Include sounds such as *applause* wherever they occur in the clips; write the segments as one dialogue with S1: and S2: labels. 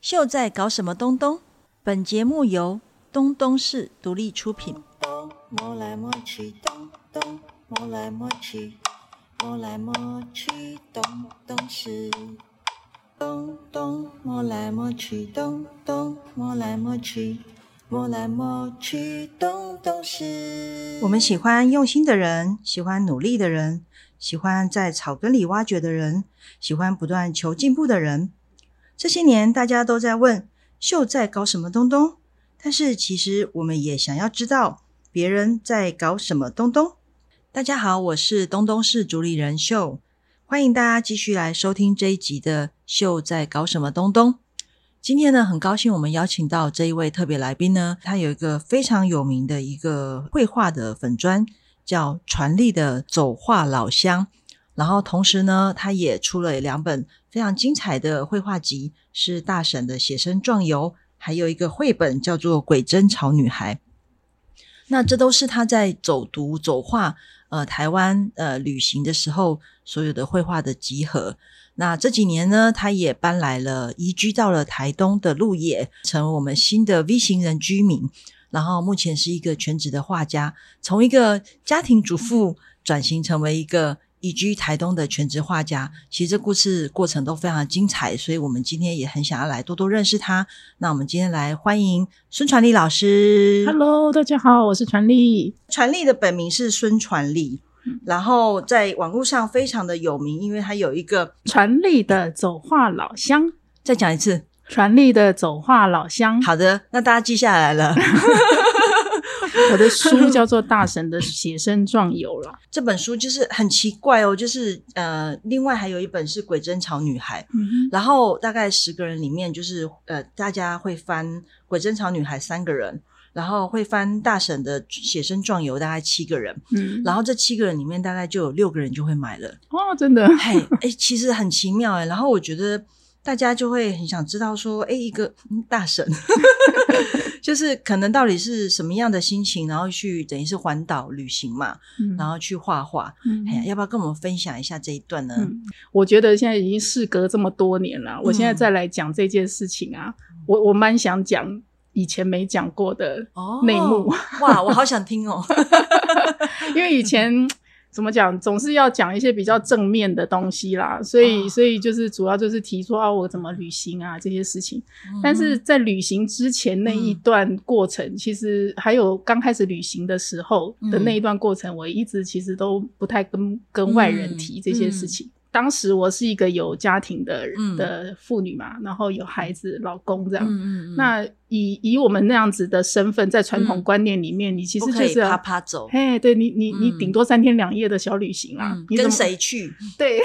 S1: 秀在搞什么东东？本节目由东东市独立出品。
S2: 咚摸来摸去，咚咚摸来摸去，摸来摸去，咚咚是。咚咚摸来摸去，咚咚摸来摸去，摸来摸去，咚咚是。
S1: 我们喜欢用心的人，喜欢努力的人，喜欢在草根里挖掘的人，喜欢不断求进步的人。这些年大家都在问秀在搞什么东东，但是其实我们也想要知道别人在搞什么东东。大家好，我是东东市主理人秀，欢迎大家继续来收听这一集的《秀在搞什么东东》。今天呢，很高兴我们邀请到这一位特别来宾呢，他有一个非常有名的一个绘画的粉砖，叫传力的走画老乡。然后同时呢，他也出了两本非常精彩的绘画集，是大婶的写生壮游，还有一个绘本叫做《鬼针草女孩》。那这都是他在走读、走画，呃，台湾呃旅行的时候所有的绘画的集合。那这几年呢，他也搬来了，移居到了台东的鹿野，成为我们新的 V 型人居民。然后目前是一个全职的画家，从一个家庭主妇转型成为一个移居台东的全职画家。其实这故事过程都非常精彩，所以我们今天也很想要来多多认识他。那我们今天来欢迎孙传利老师。
S3: Hello，大家好，我是传丽。
S1: 传利的本名是孙传利，然后在网络上非常的有名，因为他有一个
S3: 传丽的走画老乡，
S1: 再讲一次，
S3: 传丽的走画老乡。
S1: 好的，那大家记下来了。 *laughs*
S3: 我的书叫做《大神的写生壮游》啦。
S1: 这本书就是很奇怪哦，就是呃，另外还有一本是《鬼针草女孩》，
S3: 嗯
S1: 然后大概十个人里面，就是呃，大家会翻《鬼针草女孩》三个人，然后会翻大婶的写生壮游，大概七个人，
S3: 嗯，
S1: 然后这七个人里面大概就有六个人就会买了。
S3: 哦，真的，
S1: 嘿，哎、其实很奇妙哎、然后我觉得大家就会很想知道说，哎、一个、嗯大神， *laughs* 就是可能到底是什么样的心情，然后去等于是环岛旅行嘛，
S3: 嗯
S1: 然后去画画。
S3: 嗯
S1: 哎、呀，要不要跟我们分享一下这一段呢？
S3: 嗯我觉得现在已经事隔这么多年了，我现在
S1: 嗯
S3: 再来讲这件事情啊，我我蛮想讲以前没讲过的
S1: *laughs* 哦
S3: 内幕，
S1: 哇，我好想听哦。
S3: 因为以前 *laughs* 怎么讲，总是要讲一些比较正面的东西啦，所以、
S1: 哦
S3: 所以就是主要就是提说啊，我怎么旅行啊这些事情。 *laughs* 但
S1: 哦
S3: 是在旅行之前那
S1: 嗯
S3: 一段过程，其实还有刚开始旅行的时候的
S1: 嗯
S3: 那一段过程，我一直其实都不太跟跟外
S1: 嗯
S3: 人提这些事情。当时我是一个有家庭的人
S1: 嗯
S3: 的妇女嘛，然后有孩子、老公这样。
S1: 嗯嗯嗯，
S3: 那以以我们那样子的身份，在传统
S1: 嗯
S3: 观念里面，你其
S1: 不
S3: 实
S1: 可
S3: 就
S1: 以
S3: 是要
S1: 啪啪走。
S3: 嘿，对你，你你
S1: 嗯
S3: 顶多三天两夜的小旅行啦，
S1: 嗯
S3: 你怎
S1: 跟
S3: 么？
S1: 谁去？ *laughs*
S3: 对，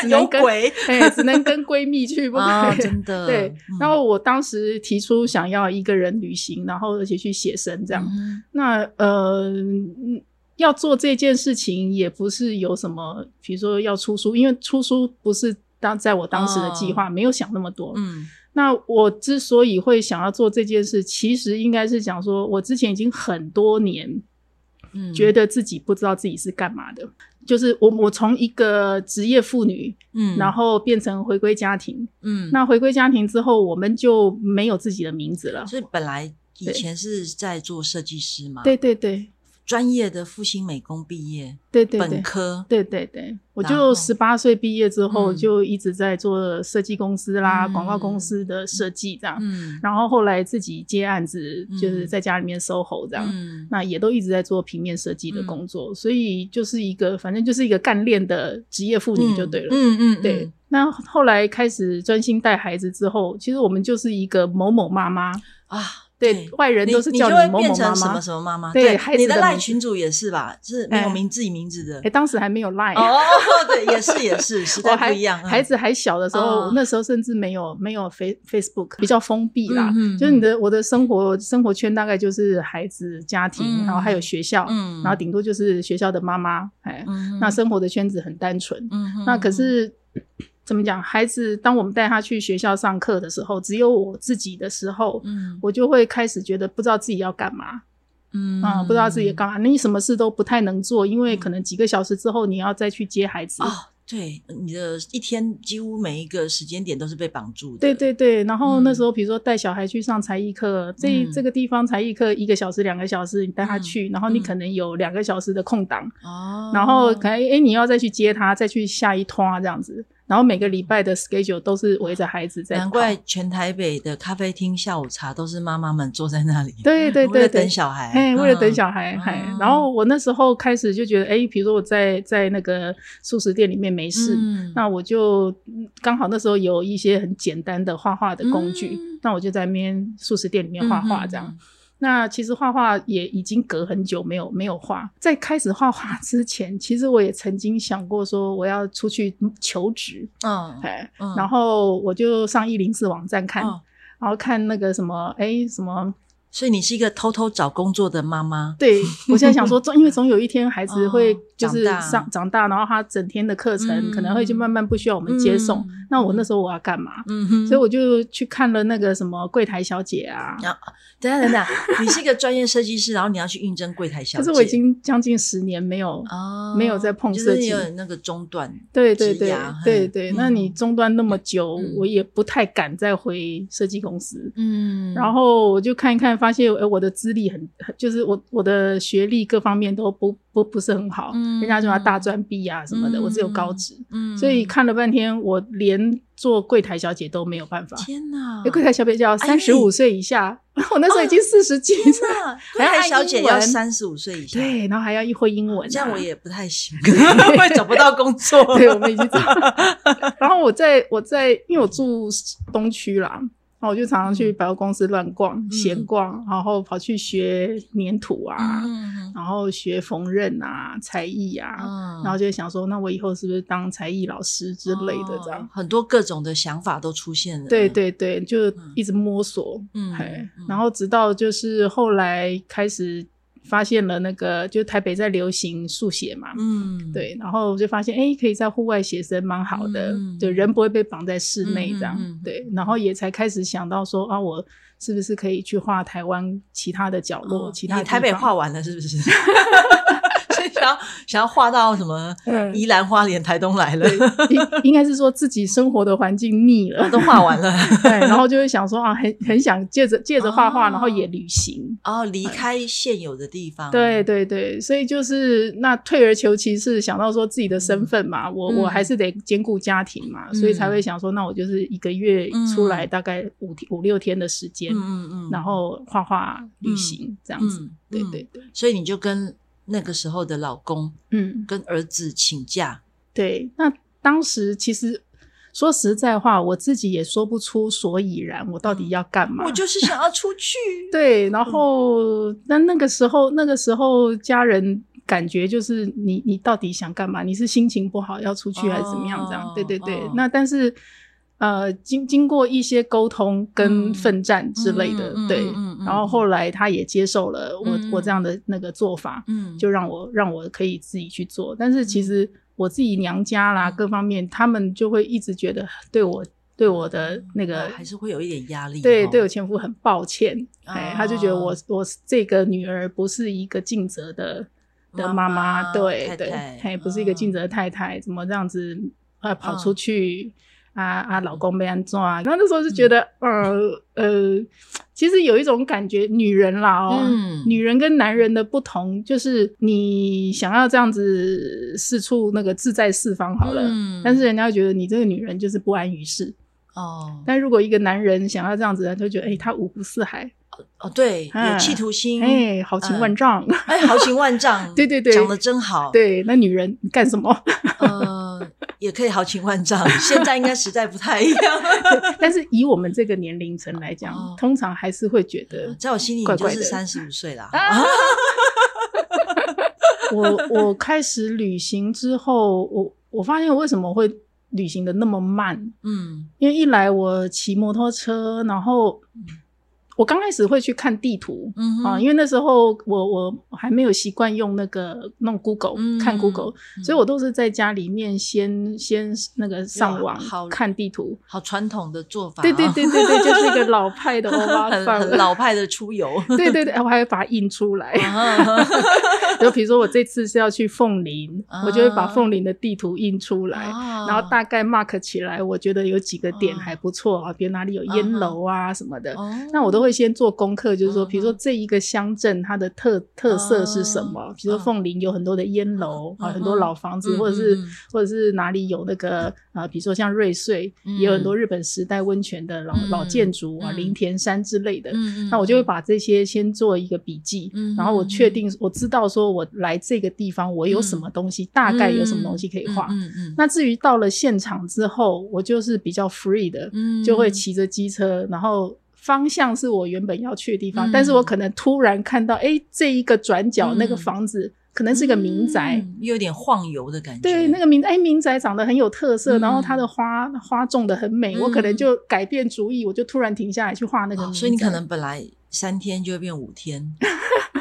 S3: 只
S1: 有
S3: 能跟
S1: 鬼
S3: 嘿，只能跟闺蜜去，不可以。
S1: 啊！真的。
S3: 对
S1: 嗯，
S3: 然后我当时提出想要一个人旅行，然后而且去写生这样。
S1: 嗯
S3: 那呃，嗯要做这件事情也不是有什么，比如说要出书，因为出书不是当在我当时的计划，没有想那么多。
S1: 哦嗯
S3: 那我之所以会想要做这件事，其实应该是讲说，我之前已经很多年
S1: 嗯，
S3: 觉得自己不知道自己是干嘛的。就是我，我从一个职业妇女，
S1: 嗯，
S3: 然后变成回归家庭。
S1: 嗯，
S3: 那回归家庭之后，我们就没有自己的名字了。
S1: 所以本来以
S3: 哦对
S1: 前是在做设计师嘛，
S3: 对，对对
S1: 专业的复兴美工毕业，
S3: 对对
S1: 本
S3: 对
S1: 科，
S3: 对对对，我
S1: 然后
S3: 就十八岁毕业之后，
S1: 嗯
S3: 就一直在做设计公司啦、
S1: 嗯
S3: 广告公司的设计这样。
S1: 嗯，
S3: 然后后来自己接案子，
S1: 嗯
S3: 就是在家里面 SOHO 这样。
S1: 嗯
S3: 那也都一直在做平面设计的工作，所以就是一个反正就是一个干练的职业妇女就对了。
S1: 嗯嗯，嗯
S3: 对，，那后来开始专心带孩子之后，其实我们就是一个某某妈妈，
S1: 啊，
S3: 对外人
S1: 你
S3: 都是
S1: 你
S3: 叫
S1: 就会
S3: 某
S1: 变
S3: 某妈
S1: 成什
S3: 妈
S1: 么。什么妈妈，
S3: 对
S1: 对
S3: 孩，子
S1: 你的
S3: 的
S1: 赖
S3: 名字
S1: 群主也是吧，是没有
S3: 哎
S1: 名自己名字的
S3: 哎，，当时还没有 Line，、
S1: 哦，对，也是也是，时代
S3: 我还
S1: 不一样，嗯
S3: 哦孩子还小的时候，
S1: 哦
S3: 那时候甚至没有没有 Face Facebook，比较封闭啦。
S1: 嗯嗯
S3: 就是你的我的生活生活圈大概就是孩子、家庭，
S1: 嗯
S3: 然后还有学校，
S1: 嗯
S3: 然后顶多就是学校的妈妈。哎，
S1: 嗯
S3: 那生活的圈子很单纯。
S1: 嗯哼
S3: 那可是怎么讲？孩子，当我们带他去学校上课的时候，只有我自己的时候，
S1: 嗯
S3: 我就会开始觉得不知道自己要干嘛
S1: 嗯
S3: 啊、不知道自己要干嘛。你什么事都不太能做，因为可能几个小时之后你要再去接孩子。
S1: 哦，对，你的一天几乎每一个时间点都是被绑住的。
S3: 对对对，然后那
S1: 嗯
S3: 时候比如说带小孩去上才艺课，这
S1: 嗯
S3: 这个地方才艺课一个小时、两个小时，你带他
S1: 嗯
S3: 去，然后你
S1: 嗯
S3: 可能有两个小时的空档，
S1: 哦，
S3: 然后可能诶你要再去接他，再去下一趟这样子，然后每个礼拜的 schedule 都是围着孩子在跑。
S1: 难怪全台北的咖啡厅下午茶都是妈妈们坐在那里，
S3: 对对
S1: 为
S3: 对
S1: 了
S3: 对
S1: 等，小孩，
S3: 哎，为了等
S1: 嗯
S3: 小孩，嗨
S1: 嗯，
S3: 然后我那时候开始就觉得，哎，比如说我在在那个素食店里面没事，
S1: 嗯
S3: 那我就嗯刚好那时候有一些很简单的画画的工具，
S1: 嗯
S3: 那我就在那边素食店里面画画这样。，那其实画画也已经隔很久没有没有画，在开始画画之前，其实我也曾经想过说我要出去求职，
S1: 嗯嗯
S3: 哎，
S1: 嗯，
S3: 然后我就上一零四网站看，
S1: 嗯
S3: 然后看那个什么，哎，什么，
S1: 所以你是一个偷偷找工作的妈妈，
S3: 对我现在想说，总因为总有一天孩子会
S1: 哦
S3: 就是
S1: 长大
S3: 上长大，然后他整天的课程、
S1: 嗯
S3: 可能会就慢慢不需要我们接送，
S1: 嗯
S3: 那我那时候我要干嘛？
S1: 嗯哼
S3: 所以我就去看了那个什么柜台小姐啊，
S1: 等一下等一下，你是一个专业设计师，然后你要去应征柜台小
S3: 可
S1: 姐，
S3: 是我已经将近十年没有
S1: 哦
S3: 没有在碰
S1: 就
S3: 设
S1: 是你
S3: 计
S1: 有那个中断，
S3: 对对
S1: 职
S3: 对
S1: 涯嘿
S3: 对对，那你
S1: 嗯
S3: 中断那么久
S1: 嗯，
S3: 我也不太敢再回设计公司。
S1: 嗯
S3: 然后我就看一看，发现哎，我的资历很，很就是我我的学历各方面都不不不是很好，
S1: 嗯
S3: 人家就要大专毕啊什么的，我只有高职，
S1: 嗯
S3: 所以看了半天，我连做柜台小姐都没有办法。
S1: 天哪，
S3: 哎柜台小姐要
S1: 哎哦
S3: 三十五岁以下，我那时候已经四十几
S1: 天
S3: 岁，
S1: 哪，柜
S3: 还要
S1: 台
S3: 按
S1: 小
S3: 英
S1: 姐要
S3: 文
S1: 三十五岁以下， *laughs*
S3: 对，然后还要一会英文啊、
S1: 这样我也不太行，会找不到工作。
S3: *laughs* 对，我们已经知道。然后我在我在，因为我住东区啦，然后我就常常
S1: 嗯
S3: 去百货公司乱逛、闲逛，然后跑去学粘土啊，
S1: 嗯
S3: 然后学缝纫啊、才艺啊，
S1: 嗯
S3: 然后就想说，那我以后是不是当才艺老师之类的这样？
S1: 哦很多各种的想法都出现了。
S3: 对，对对，就
S1: 嗯
S3: 一直摸索，
S1: 嗯
S3: 嘿
S1: 嗯
S3: 然后直到就是后来开始发现了那个，就台北在流行速写嘛，
S1: 嗯，
S3: 对，然后我就发现，哎，可以在户外写生，蛮好的，
S1: 嗯嗯
S3: 对，人不会被绑在室内
S1: 嗯嗯
S3: 这样，
S1: 嗯
S3: 对，然后也才开始想到说，啊，我是不是可以去画台湾其他的角落，
S1: 哦，
S3: 其他
S1: 你
S3: 的
S1: 台
S3: 地
S1: 北
S3: 方
S1: 画，完了是不 *laughs* 是？所以想要想要画到什么
S3: 嗯，
S1: 宜兰花莲台东来了，
S3: 对，应应该是说自己生活的环境腻了
S1: 哦都画完
S3: *laughs*
S1: 了，
S3: 对，然后就会想说啊，很很想借着借着画画，
S1: 哦
S3: 然后也旅行。
S1: 然后哦离开现有的地方。
S3: 对对对，所以就是那退而求其次，想到说自己的身份嘛，我我
S1: 嗯
S3: 还是得兼顾家庭嘛，所以才会想说，那我就是一个月出来
S1: 嗯
S3: 大概五天五六天的时间，
S1: 嗯，嗯嗯嗯，
S3: 然后画画、旅行这样子。
S1: 嗯，
S3: 对
S1: 嗯
S3: 对，对，
S1: 所以你就跟那个时候的老公
S3: 嗯，
S1: 跟儿子请假。
S3: 对。那当时其实说实在话，我自己也说不出所以然，我到底要干嘛？
S1: 嗯我就是想要出
S3: *laughs*
S1: 去。
S3: 对，
S1: 嗯
S3: 然后那那个时候，那个时候家人感觉就是你你到底想干嘛？你是心情不好要出去还是怎么样？这样，对对对。
S1: 哦
S3: 那但是呃，经经过一些沟通跟
S1: 嗯
S3: 奋战之类的，
S1: 嗯嗯嗯
S3: 对、
S1: 嗯嗯嗯
S3: 然后后来他也接受了我、
S1: 嗯
S3: 我这样的那个做法，
S1: 嗯，
S3: 就让我让我可以自己去做。但是其实我自己娘家
S1: 嗯
S3: 啦、各方面，他们就会一直觉得对我对我的那个、
S1: 哦还是会有一点压力。
S3: 对，
S1: 哦
S3: 对我前夫很抱歉，哎
S1: 哦，
S3: 他就觉得我我这个女儿不是一个尽责的的
S1: 妈
S3: 妈
S1: 妈
S3: 对
S1: 太
S3: 对，
S1: 太嗯
S3: 哎，不是一个尽责的太太，怎么这样子呃跑出去？啊啊！老公被安装啊，那那时候就
S1: 嗯
S3: 觉得，呃呃，其实有一种感觉，女人啦哦，
S1: 嗯
S3: 女人跟男人的不同，就是你想要这样子四处那个自在四方好了，
S1: 嗯
S3: 但是人家会觉得你这个女人就是不安于世，
S1: 哦
S3: 但如果一个男人想要这样子，他就觉得哎、他五湖四海，
S1: 哦，对，有
S3: 嗯
S1: 企图心，
S3: 哎、豪情万丈。 *laughs*
S1: 哎，豪情万丈，
S3: 对对对
S1: 讲的真好，，
S3: 对，那女人你干什么？ *laughs*
S1: 呃，也可以豪情万丈，现在应该时代不太一样，
S3: 但是以我们这个年龄层来讲，
S1: 哦
S3: 通常还是会觉得，
S1: 在我心里
S3: 怪
S1: 你就
S3: 怪
S1: 是
S3: 的啊
S1: 三十五岁啦，
S3: 我我开始旅行之后，我我发现我为什么会旅行的那么慢，
S1: *laughs* 嗯
S3: 因为一来我骑摩托车，然后。我刚开始会去看地图，
S1: 嗯哼
S3: 啊，因为那时候我我还没有习惯用那个弄 Google、
S1: 嗯
S3: 看 Google，所以我都是在家里面先先那个上网
S1: 好
S3: 看地图。
S1: 好传统的做法、啊，
S3: 对对对对对，就是一个老派的欧巴
S1: *laughs* 很
S3: 桑
S1: 很。老派哦的出游。
S3: *laughs* 对对哎对，我还会把它印出来。
S1: *laughs*
S3: *laughs* 就比如说我这次是要去凤林，我就会把
S1: 哦
S3: 凤林的地图印出来。
S1: 啊
S3: 然后大概 mark 起来，我觉得有几个点
S1: 哦
S3: 还不错啊，比如哪里有
S1: 嗯
S3: 烟楼啊什么的，
S1: 哦
S3: 那我都会先做功课，就是说，
S1: 嗯
S3: 比如说这一个乡镇它的特特色是什么？比如说凤林有很多的烟楼
S1: 哦嗯
S3: 啊，
S1: 嗯
S3: 很多老房
S1: 嗯
S3: 子，或者是
S1: 嗯嗯
S3: 或者是哪里有那个啊，比如说像瑞穗
S1: 嗯
S3: 也有很多日本时代温泉的老
S1: 嗯
S3: 老建筑啊，
S1: 嗯
S3: 林田山之类的。
S1: 嗯嗯
S3: 那我就会把这些先做一个笔记，
S1: 嗯
S3: 然后我确定我知道说我来这个地方我有什么东西，大概有什么东西可以画。
S1: 嗯嗯，
S3: 那至于到了现场之后，我就是比较 free 的，
S1: 嗯
S3: 就会骑着机车，然后方向是我原本要去的地方，
S1: 嗯
S3: 但是我可能突然看到，哎，这一个转角
S1: 嗯
S3: 那个房子可能是个民宅。
S1: 嗯有点晃游的感觉。
S3: 对，那个民哎，民宅长得很有特色，
S1: 嗯
S3: 然后它的花花种的很美，
S1: 嗯
S3: 我可能就改变主意，我就突然停下来去画那个民
S1: 哦
S3: 宅。
S1: 所以你可能本来三天就会变五天，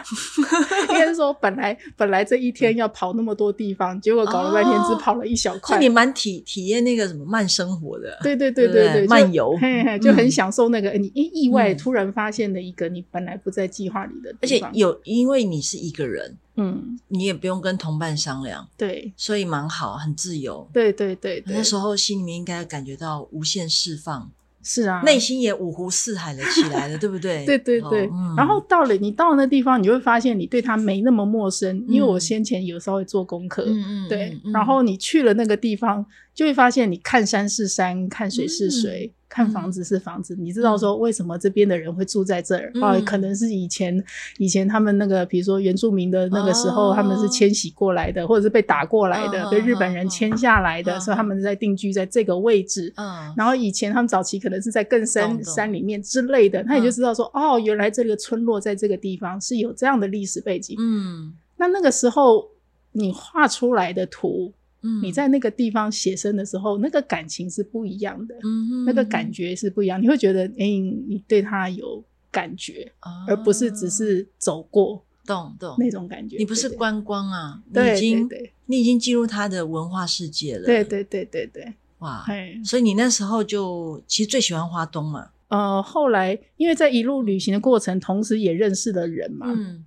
S3: 应该是说，本来本来这一天要跑那么多地方，结果搞了半天
S1: 哦
S3: 只跑了一小
S1: 所
S3: 块。
S1: 以你蛮体体验那个什么慢生活的。
S3: 对对
S1: 对
S3: 对
S1: 不
S3: 对
S1: 对
S3: 对，就
S1: 漫游
S3: 嘿嘿，就很
S1: 嗯
S3: 享受那个、你意意外
S1: 嗯
S3: 突然发现的一个你本来不在计划里的
S1: 而
S3: 地
S1: 且
S3: 方，
S1: 有，因为你是一个人，
S3: 嗯，
S1: 你也不用跟同伴商量，
S3: 对
S1: 所以蛮好，很自由。
S3: 对对对对，
S1: 那时候心里面应该感觉到无限释放，
S3: 是啊，
S1: 内心也五湖四海了起
S3: *laughs*
S1: 来了，对不对？
S3: 对对
S1: 哦
S3: 对，
S1: 嗯
S3: 然后到了你到了那地方，你就会发现你对它没那么陌生，因为我
S1: 嗯
S3: 先前有稍微做功课，
S1: 嗯嗯，
S3: 对
S1: 嗯，
S3: 然后你去了那个地方，就会发现你看山是山，看水是水，
S1: 嗯
S3: 看房子是房子，你知道说为什么这边的人会住在这儿、
S1: 嗯
S3: 啊？可能是以前以前他们那个，比如说原住民的那个时候，
S1: 哦
S3: 他们是迁徙过来的，或者是被打过来的，
S1: 嗯
S3: 被
S1: 嗯
S3: 日本人迁下来的，
S1: 嗯
S3: 所以他们在定居在这个位置。
S1: 嗯，
S3: 然后以前他们早期可能是在更
S1: 懂
S3: 深
S1: 懂嗯
S3: 山里面之类的，那你就知道说，哦，原来这个村落在这个地方是有这样的历史背景。
S1: 嗯
S3: 那那个时候你画出来的图，
S1: 嗯，
S3: 你在那个地方写生的时候，那个感情是不一样的，
S1: 嗯
S3: 那个感，觉是不一样。你会觉得，哎、你对他有感觉，
S1: 嗯
S3: 而不是只是走过
S1: 懂懂
S3: 那种感觉。
S1: 你不是
S3: 对
S1: 观光啊，你
S3: 对
S1: 已经
S3: 对对
S1: 你已经进入他的文化世界了，
S3: 对对对对对，
S1: 哇！
S3: 哎，
S1: 所以你那时候就其实最喜欢花东嘛，
S3: 呃，后来因为在一路旅行的过程，同时也认识了人嘛，
S1: 嗯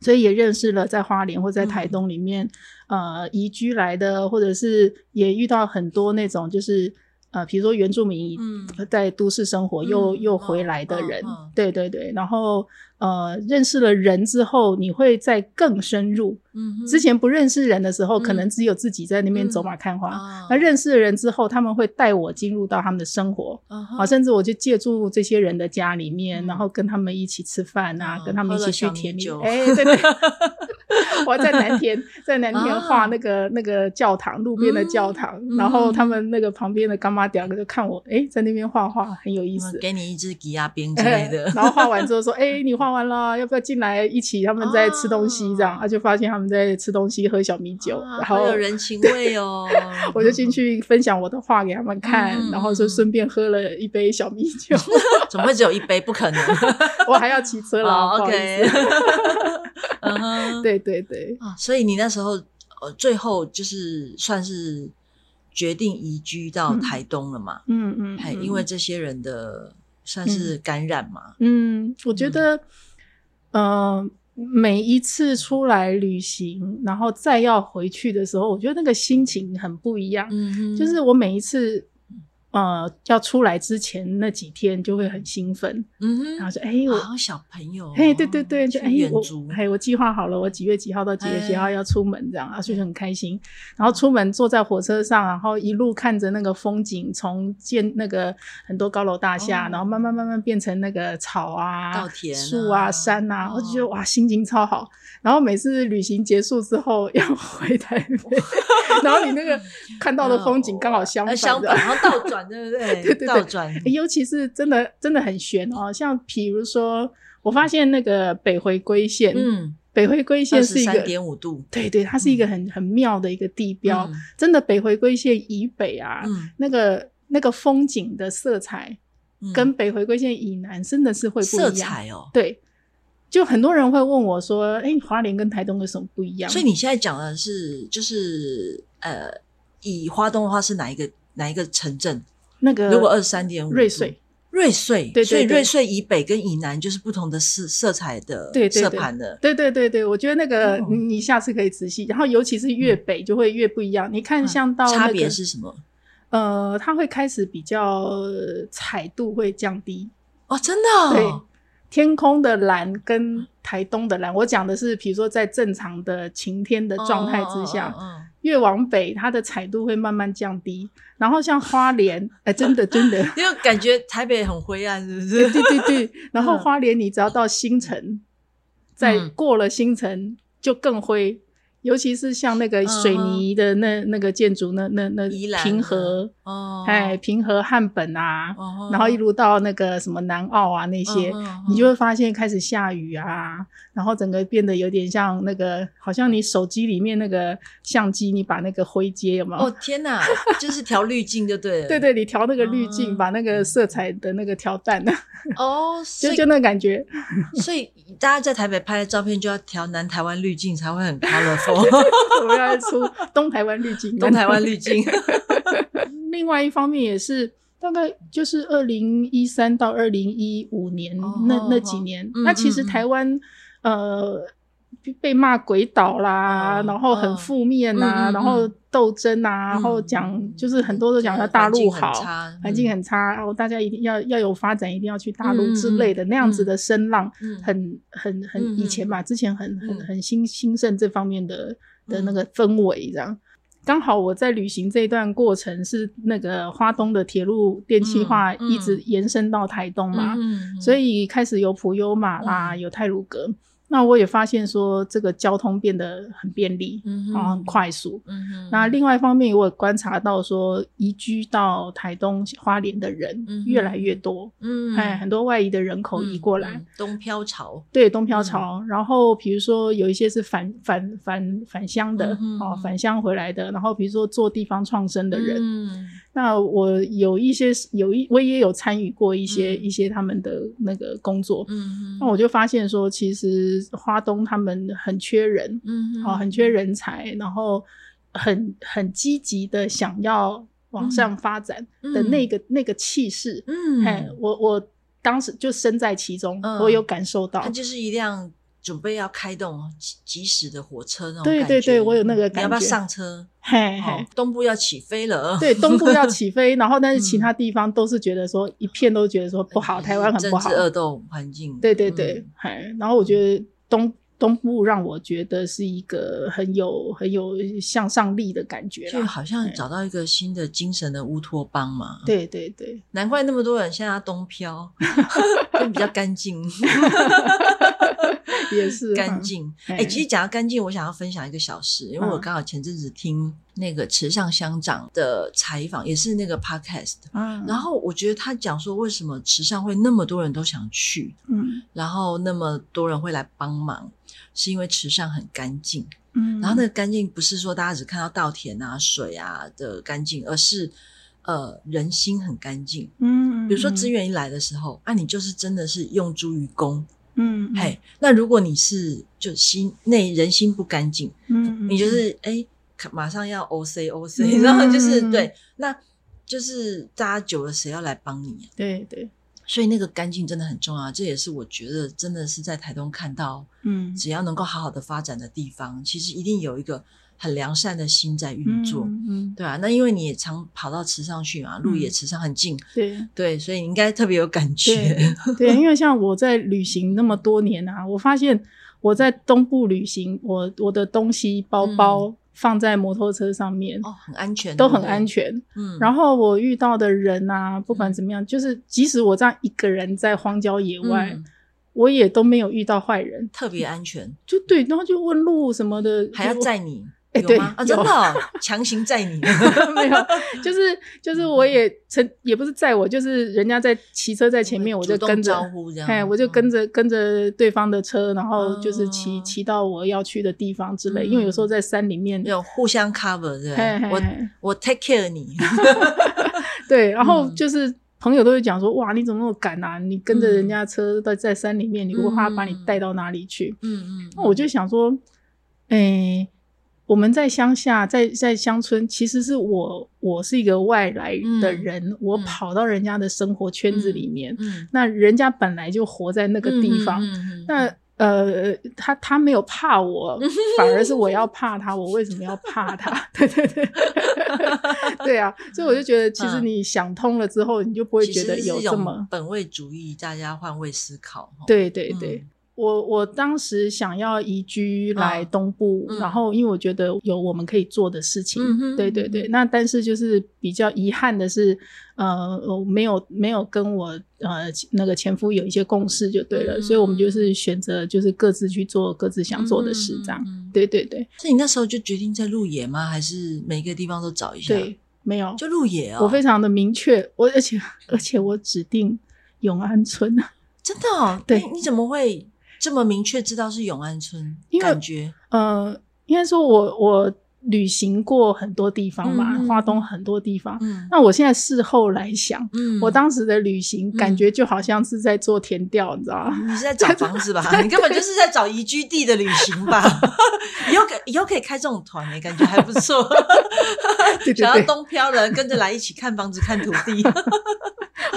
S3: 所以也认识了在花莲或在
S1: 嗯
S3: 台东里面，呃，移居来的，或者是也遇到很多那种就是呃，比如说原住民
S1: 嗯
S3: 在都市生活又、
S1: 嗯
S3: 又回来的人，
S1: 嗯嗯嗯
S3: 对对对。然后呃，认识了人之后，你会再更深入。
S1: 嗯哼，
S3: 之前不认识人的时候，
S1: 嗯
S3: 可能只有自己在那边走马看花。
S1: 啊
S3: 那认识了人之后，他们会带我进入到他们的生活，
S1: 好
S3: 啊，甚至我就借住这些人的家里面，
S1: 嗯
S3: 然后跟他们一起吃饭啊，
S1: 嗯
S3: 跟他们一起去田里
S1: 喝。了小
S3: 哎、
S1: *laughs*
S3: 对对，我在南田，在南田
S1: 啊
S3: 画那个、那个教堂，路边的教堂，
S1: 嗯
S3: 然后他们那个旁边的干妈屌就看我，哎、在那边画画，很有意思。
S1: 给你一支吉亚冰之类的，
S3: *laughs* 然后画完之后说：“哎、你画完了，要不要进来一起？他们在吃东西，这样，
S1: 啊
S3: 啊，就发现他们在吃东西，喝小米酒，
S1: 啊
S3: 然
S1: 好
S3: 后，
S1: 有人情味哦
S3: *laughs* 我就进，去分享我的画给他们看，
S1: 嗯嗯
S3: 然后就顺便喝了一杯小米酒，
S1: *laughs* 怎么会只有一杯？不可能，
S3: *laughs* 我还要骑车啦，
S1: 好
S3: 不好意
S1: ，OK，
S3: 思。
S1: *laughs* 嗯哼，
S3: *laughs* 对对对，
S1: 啊，所以你那时候呃，最后就是算是决定移居到
S3: 嗯
S1: 台东了嘛？
S3: 嗯嗯，
S1: 还
S3: 嗯
S1: 哎因为这些人的算是感染嘛，
S3: 嗯，我觉
S1: 嗯
S3: 得，呃，每一次出来旅行，然后再要回去的时候，我觉得那个心情很不一样。
S1: 嗯哼
S3: 就是我每一次。呃，要出来之前那几天就会很兴奋，
S1: 嗯
S3: 然
S1: 哼
S3: 后，说：“哎、
S1: 好
S3: 我
S1: 像小朋友哦，
S3: 嘿，对对对，就
S1: 去
S3: 哎、
S1: 远
S3: 我
S1: 足，
S3: 哎我计划好了，我几月几号到几月几号
S1: 哎
S3: 要出门这样啊，所以就很开心。然后出门坐在火车上，然后一路看着那个风景，从建那个很多高楼大厦，
S1: 哦
S3: 然后慢慢慢慢变成那个草啊、
S1: 稻田啊
S3: 树啊、山啊，
S1: 哦
S3: 我就觉得哇，心情超好。然后每次旅行结束之后要 *laughs* 回台北，然后你那个看到的风景刚好相
S1: 呃
S3: 反，
S1: 相
S3: 这样
S1: 反，然后倒
S3: *laughs*
S1: 转，对不对？
S3: 对对对哎
S1: 倒转，
S3: 尤其是真的真的很悬哦，像比如说，我发现那个北回归线，，
S1: 嗯，
S3: 北回归线
S1: 二
S3: 是
S1: 十
S3: 一
S1: 三
S3: 个，
S1: 点五度，
S3: 对对，它是一个很、很妙的一个地标。
S1: 嗯
S3: 真的北回归线以北啊，
S1: 嗯
S3: 那个那个风景的色彩
S1: 嗯
S3: 跟北回归线以南真的是会不一
S1: 色
S3: 样。
S1: 彩哦。
S3: 对，就很多人会问我说：“哎、花莲跟台东有什么不一样？”
S1: 所以你现在讲的是，就是呃，以花东的话是哪一个哪一个城镇？
S3: 那个
S1: 如果二三点五嗯
S3: 瑞穗，
S1: 瑞穗，
S3: 对对
S1: 所以
S3: 对
S1: 瑞穗以北跟以南就是不同的色色彩的
S3: 对对
S1: 色
S3: 对
S1: 盘的。
S3: 对对对对，我觉得那个、
S1: 哦嗯
S3: 你你下次可以仔细，然后尤其是越北就会越不一样。你看，像到、那个
S1: 啊差别是什么？
S3: 呃，它会开始比较呃彩度会降低，
S1: 哦，真的哦、
S3: 对，天空的蓝跟台东的蓝，我讲的是比如说在正常的晴天的状态之下，
S1: 嗯嗯嗯嗯
S3: 越往北它的彩度会慢慢降低。然后像花莲，哎，真的
S1: *laughs*
S3: 真的，
S1: 因为感觉台北很灰暗，是不
S3: 对
S1: 是？
S3: 对对对。然后
S1: 嗯
S3: 花莲你只要到新城，再
S1: 嗯
S3: 过了新城就更灰。尤其是像那个水泥的那、那个建筑，那那那
S1: 嗯宜兰
S3: 平
S1: 啊
S3: 和，
S1: 哦
S3: *laughs* 哎、，平和汉本啊，
S1: 哦
S3: 然后一路到那个什么南澳啊那
S1: 嗯
S3: 些，
S1: 嗯嗯
S3: 你就会发现开始下雨啊，然后整个变得有点像那个，好像你手机里面那个相机，你把那个灰阶有没有？
S1: 哦天哪，就是调滤镜就对了。
S3: 对对，你调那个滤镜，
S1: 嗯
S3: 把那个色彩的那个调淡，
S1: 哦，所
S3: 就
S1: 以
S3: 就那
S1: *laughs*
S3: 感觉。
S1: 所以大家在台北拍的照片就要调南台湾滤镜才会
S3: *laughs*
S1: 很 colorful，
S3: 我要出东台湾滤镜，
S1: 东台湾滤镜。 *laughs*
S3: 另外一方面也是。大概就是二零一三到二零一五年、
S1: 哦
S3: 那
S1: 哦
S3: 那
S1: 哦
S3: 几年，
S1: 嗯
S3: 那其实
S1: 嗯嗯
S3: 台湾、呃被被骂鬼岛啦，
S1: 哦
S3: 然后很
S1: 嗯
S3: 负面
S1: 嗯
S3: 啊，
S1: 嗯嗯嗯
S3: 然后斗争啊，然后讲就是很多都讲要大陆好，环
S1: 环
S3: 境
S1: 很
S3: 很差，然后大家一定要要有发展，一定要去大陆
S1: 嗯嗯嗯
S3: 之类的、那样子的声浪，
S1: 嗯
S3: 很很
S1: 嗯
S3: 很
S1: 嗯
S3: 以前吧，之前很很
S1: 嗯
S3: 很兴兴盛这方面的的那个氛围这样。刚好我在旅行这一段过程是那个花东的铁路电气化
S1: 嗯嗯
S3: 一直延伸到台东嘛，
S1: 嗯
S3: 所以开始有普悠玛啦，有泰鲁格。那我也发现说，这个交通变得很便利，
S1: 嗯
S3: 然后很，快速。
S1: 嗯哼
S3: 哦那另外一方面，我也观察到说，移居到台东花莲的人
S1: 嗯哼
S3: 越来越多，
S1: 嗯
S3: 哎，很多外移的人口移过来，
S1: 嗯嗯东漂潮，
S3: 对东漂潮。然后比如说有一些是返返返返乡的、
S1: 嗯哼
S3: 哦，返乡回来的，然后比如说做地方创生的人，
S1: 嗯
S3: 那我有一些是有一我也有参与过一些、
S1: 嗯
S3: 一些他们的那个工作，
S1: 嗯哼
S3: 那我就发现说，其实花东他们很缺人，
S1: 嗯哼
S3: 哦，很缺人才，然后很很积极的想要往上发展的那个、那个气势，
S1: 嗯，
S3: 哎，我我当时就身在其中，
S1: 嗯
S3: 我有感受到
S1: 它。就是一辆准备要开动哦疾疾驶的火车那种
S3: 对
S1: 感
S3: 对
S1: 觉
S3: 对我有那个
S1: 你要不
S3: 感
S1: 要
S3: 觉
S1: 上车？
S3: 嘿
S1: 哦
S3: 嘿，，
S1: 东部要起飞了，哦
S3: 对，东部要起飞，然后但是其
S1: 嗯
S3: 他地方都是觉得说一片都觉得说不好，台湾很不
S1: 政，
S3: 好
S1: 治恶斗环境，
S3: 对对对
S1: 嗯，
S3: 嘿，然后我觉得东。东部让我觉得是一个很有很有向上力的感觉
S1: 就
S3: 啦，
S1: 好像找到一个新的精神的乌托邦嘛。
S3: 对对对，
S1: 难怪那么多人现在要东
S3: *laughs*
S1: 漂，就比较干净，
S3: 啊也是
S1: 干
S3: 嗯
S1: 净。
S3: 嗯
S1: 哎、其实讲到干净，我想要分享一个小事，因为我
S3: 嗯
S1: 刚好前阵子听那个池上乡长的采访，也是那个 podcast，
S3: 啊，
S1: 然后我觉得他讲说为什么池上会那么多人都想去，
S3: 嗯
S1: 然后那么多人会来帮忙，是因为池上很干净。
S3: 嗯，
S1: 然后那个干净不是说大家只看到稻田啊、水啊的干净，而是呃人心很干净。
S3: 嗯，
S1: 比如说资源一来的时候，啊，你就是真的是用诸于公，
S3: 嗯，嗯，
S1: 嘿。那如果你是就心内人心不干净，
S3: 嗯，嗯
S1: 你就是哎，看马上要 O C O C，
S3: 嗯
S1: 然后就是
S3: 嗯嗯
S1: 对，那就是大家久了谁要来帮你啊？
S3: 对对，
S1: 所以那个干净真的很重要，这也是我觉得真的是在台东看到
S3: 嗯，
S1: 只要能够好好的发展的地方，其实一定有一个很良善的心在运作，
S3: 嗯，嗯嗯
S1: 对啊，那因为你也常跑到池上去嘛，路也池上很近，
S3: *laughs* 对
S1: 对，所以你应该特别有感觉
S3: 对。对，因为像我在旅行那么多年啊，我发现我在东部旅行，我我的东西包包放在摩托车上面。
S1: 哦，很安全，
S3: *laughs* 都很
S1: 对不对
S3: 安。全，
S1: 嗯，
S3: 然后我遇到的人啊，不管怎么样，就是即使我这样一个人在荒郊野外，
S1: 嗯
S3: 我也都没有遇到坏人，
S1: 特别安
S3: *laughs*
S1: 全，
S3: 就对，然后就问路什么的，
S1: 还要
S3: 就
S1: 载你。
S3: *laughs* 哎
S1: 有
S3: 对
S1: 吗？啊，
S3: 有
S1: 真的哦、强行载
S3: *laughs*
S1: 你，
S3: 没有，就是就是，我也
S1: 嗯
S3: 曾也不是载我，就是人家在骑车在前面，我就
S1: 主动
S3: 跟
S1: 招
S3: 着，
S1: 呼这样，嗯
S3: 哎，我就跟
S1: 着
S3: 着跟着对方的车，然后就是
S1: 哦嗯
S3: 骑骑到我要去的地方之类。因为有时候在山里面，
S1: 有互相 cover，对不
S3: 嘿
S1: 对？
S3: 嘿嘿
S1: 我我 take care 你，
S3: 对，然后
S1: 嗯
S3: 就是朋友都会讲说，哇，你怎么那么敢啊？你跟着人家车在在山里面，你无法把你
S1: 嗯
S3: 带到哪里去？
S1: *laughs* 嗯嗯，
S3: 那我就想说，诶、我们在乡下，在在乡村，其实是我我是一个外来的人，我
S1: 嗯
S3: 跑到人家的生活圈子里面，
S1: 嗯
S3: 那人家本来就活在那个地方，
S1: 嗯嗯嗯
S3: 那。呃，他他没有怕我，反而是我要怕他。我为什么要怕他？ *laughs* 对对对，对啊，所以我就觉得，其实
S1: 嗯
S3: 你想通了之后，你就不会
S1: 其
S3: 觉
S1: 实
S3: 得
S1: 是
S3: 有
S1: 一
S3: 这
S1: 种
S3: 么
S1: 本位主义，大家换位思考。吼，
S3: 对对对。
S1: 嗯
S3: 我我当时想要移居来
S1: 嗯
S3: 东部，
S1: 嗯
S3: 然后因为我觉得有我们可以做的事情，
S1: 嗯哼
S3: 对对对。那但是就是比较遗憾的是，呃，我没有没有跟我呃那个前夫有一些共识就对了，
S1: 嗯
S3: 所以我们就是选择就是各自去做各自想做的事，这样。
S1: 嗯嗯嗯
S3: 对对对
S1: 是你那时候就决定在鹿野吗？还是每个地方都找一下？，
S3: 对，没有，
S1: 啊就鹿野哦。
S3: 我非常的明确，我而且而且我指定永安村啊，
S1: 真的哦，
S3: 对
S1: 你你怎么会这么明确知道是永安村？
S3: 因为
S1: 感觉
S3: 呃，应该说我我旅行过很多地方嘛，
S1: 嗯嗯
S3: 花东很多地方。
S1: 嗯
S3: 那我现在事后来想，
S1: 嗯
S3: 我当时的旅行感觉就好像是在做田调，你知道吗？ *laughs*
S1: 你是在找房子吧？你根本就是在找宜居地的旅行吧？ *laughs* 以后可以后可以开这种团欸，感觉还不错。*laughs*
S3: 对对
S1: 想要
S3: 对，
S1: 东漂人跟着来一起看房子、看土地。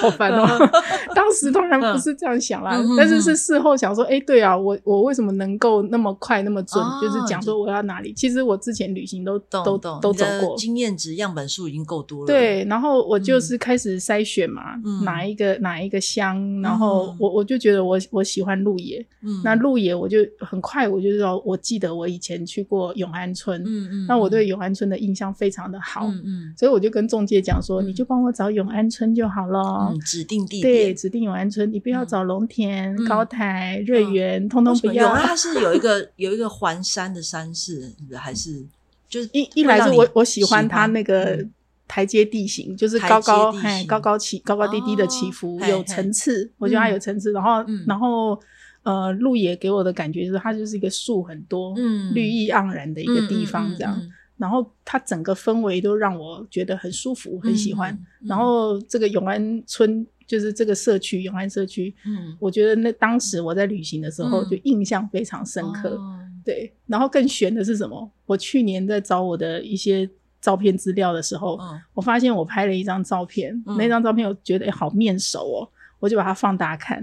S3: 好烦哦。 *laughs* 当时当然不是这样想啦，
S1: 嗯嗯嗯
S3: 但是是事后想说，哎、对啊，我我为什么能够那么快那么准，
S1: 哦
S3: 就是讲说我要哪里？其实我之前旅行都
S1: 懂
S3: 都
S1: 懂，
S3: 都
S1: 你
S3: 走
S1: 的
S3: 过，
S1: 经验值、样本数已经够多了。
S3: 对，然后我就是开始筛选嘛，
S1: 嗯
S3: 哪一个哪一个乡，然后
S1: 嗯
S3: 我我就觉得我我喜欢鹿野，
S1: 嗯，
S3: 那鹿野我就很快我就知道，我记得我以前去过永安村，
S1: 嗯嗯，
S3: 那我对永安村的印象非常的好，
S1: 嗯嗯
S3: 所以我就跟中介讲说，
S1: 嗯
S3: 你就帮我找永安村就好了。
S1: 嗯指定地
S3: 啊对，
S1: 点。
S3: 指定永安村，你不要
S1: 嗯
S3: 找龙田、
S1: 嗯
S3: 高台、瑞
S1: 嗯
S3: 园，通通
S1: 为什
S3: 不
S1: 么
S3: 要。
S1: 永安它是有一个有一个环山的山势，是不是还是就是
S3: 一一
S1: 会
S3: 来
S1: 让
S3: 是
S1: 你
S3: 我我喜欢它那个
S1: 嗯
S3: 台阶地形，就是
S1: 台
S3: 高
S1: 阶
S3: 高
S1: 地
S3: 嘿
S1: 形
S3: 高高起高高低低的起
S1: 哦
S3: 伏，
S1: 嘿
S3: 有
S1: 嘿
S3: 层次，我觉得它有层次。然后
S1: 嗯
S3: 然后呃，鹿野给我的感觉就是它就是一个树很多，
S1: 嗯
S3: 绿意盎然的一
S1: 一
S3: 个地
S1: 嗯
S3: 方这样。然后它整个氛围都让我觉得很舒服，很喜欢。。
S1: 嗯
S3: 然后这个永安村就是这个社区永安社区，
S1: 嗯，
S3: 我觉得那当时我在旅行的时候
S1: 嗯
S3: 就印象非常深刻。
S1: 哦
S3: 对，然后更悬的是什么？我去年在找我的一些照片资料的时候，
S1: 嗯
S3: 我发现我拍了一张照片，
S1: 嗯
S3: 那张照片我觉得、诶好面熟哦，我就把它放大看。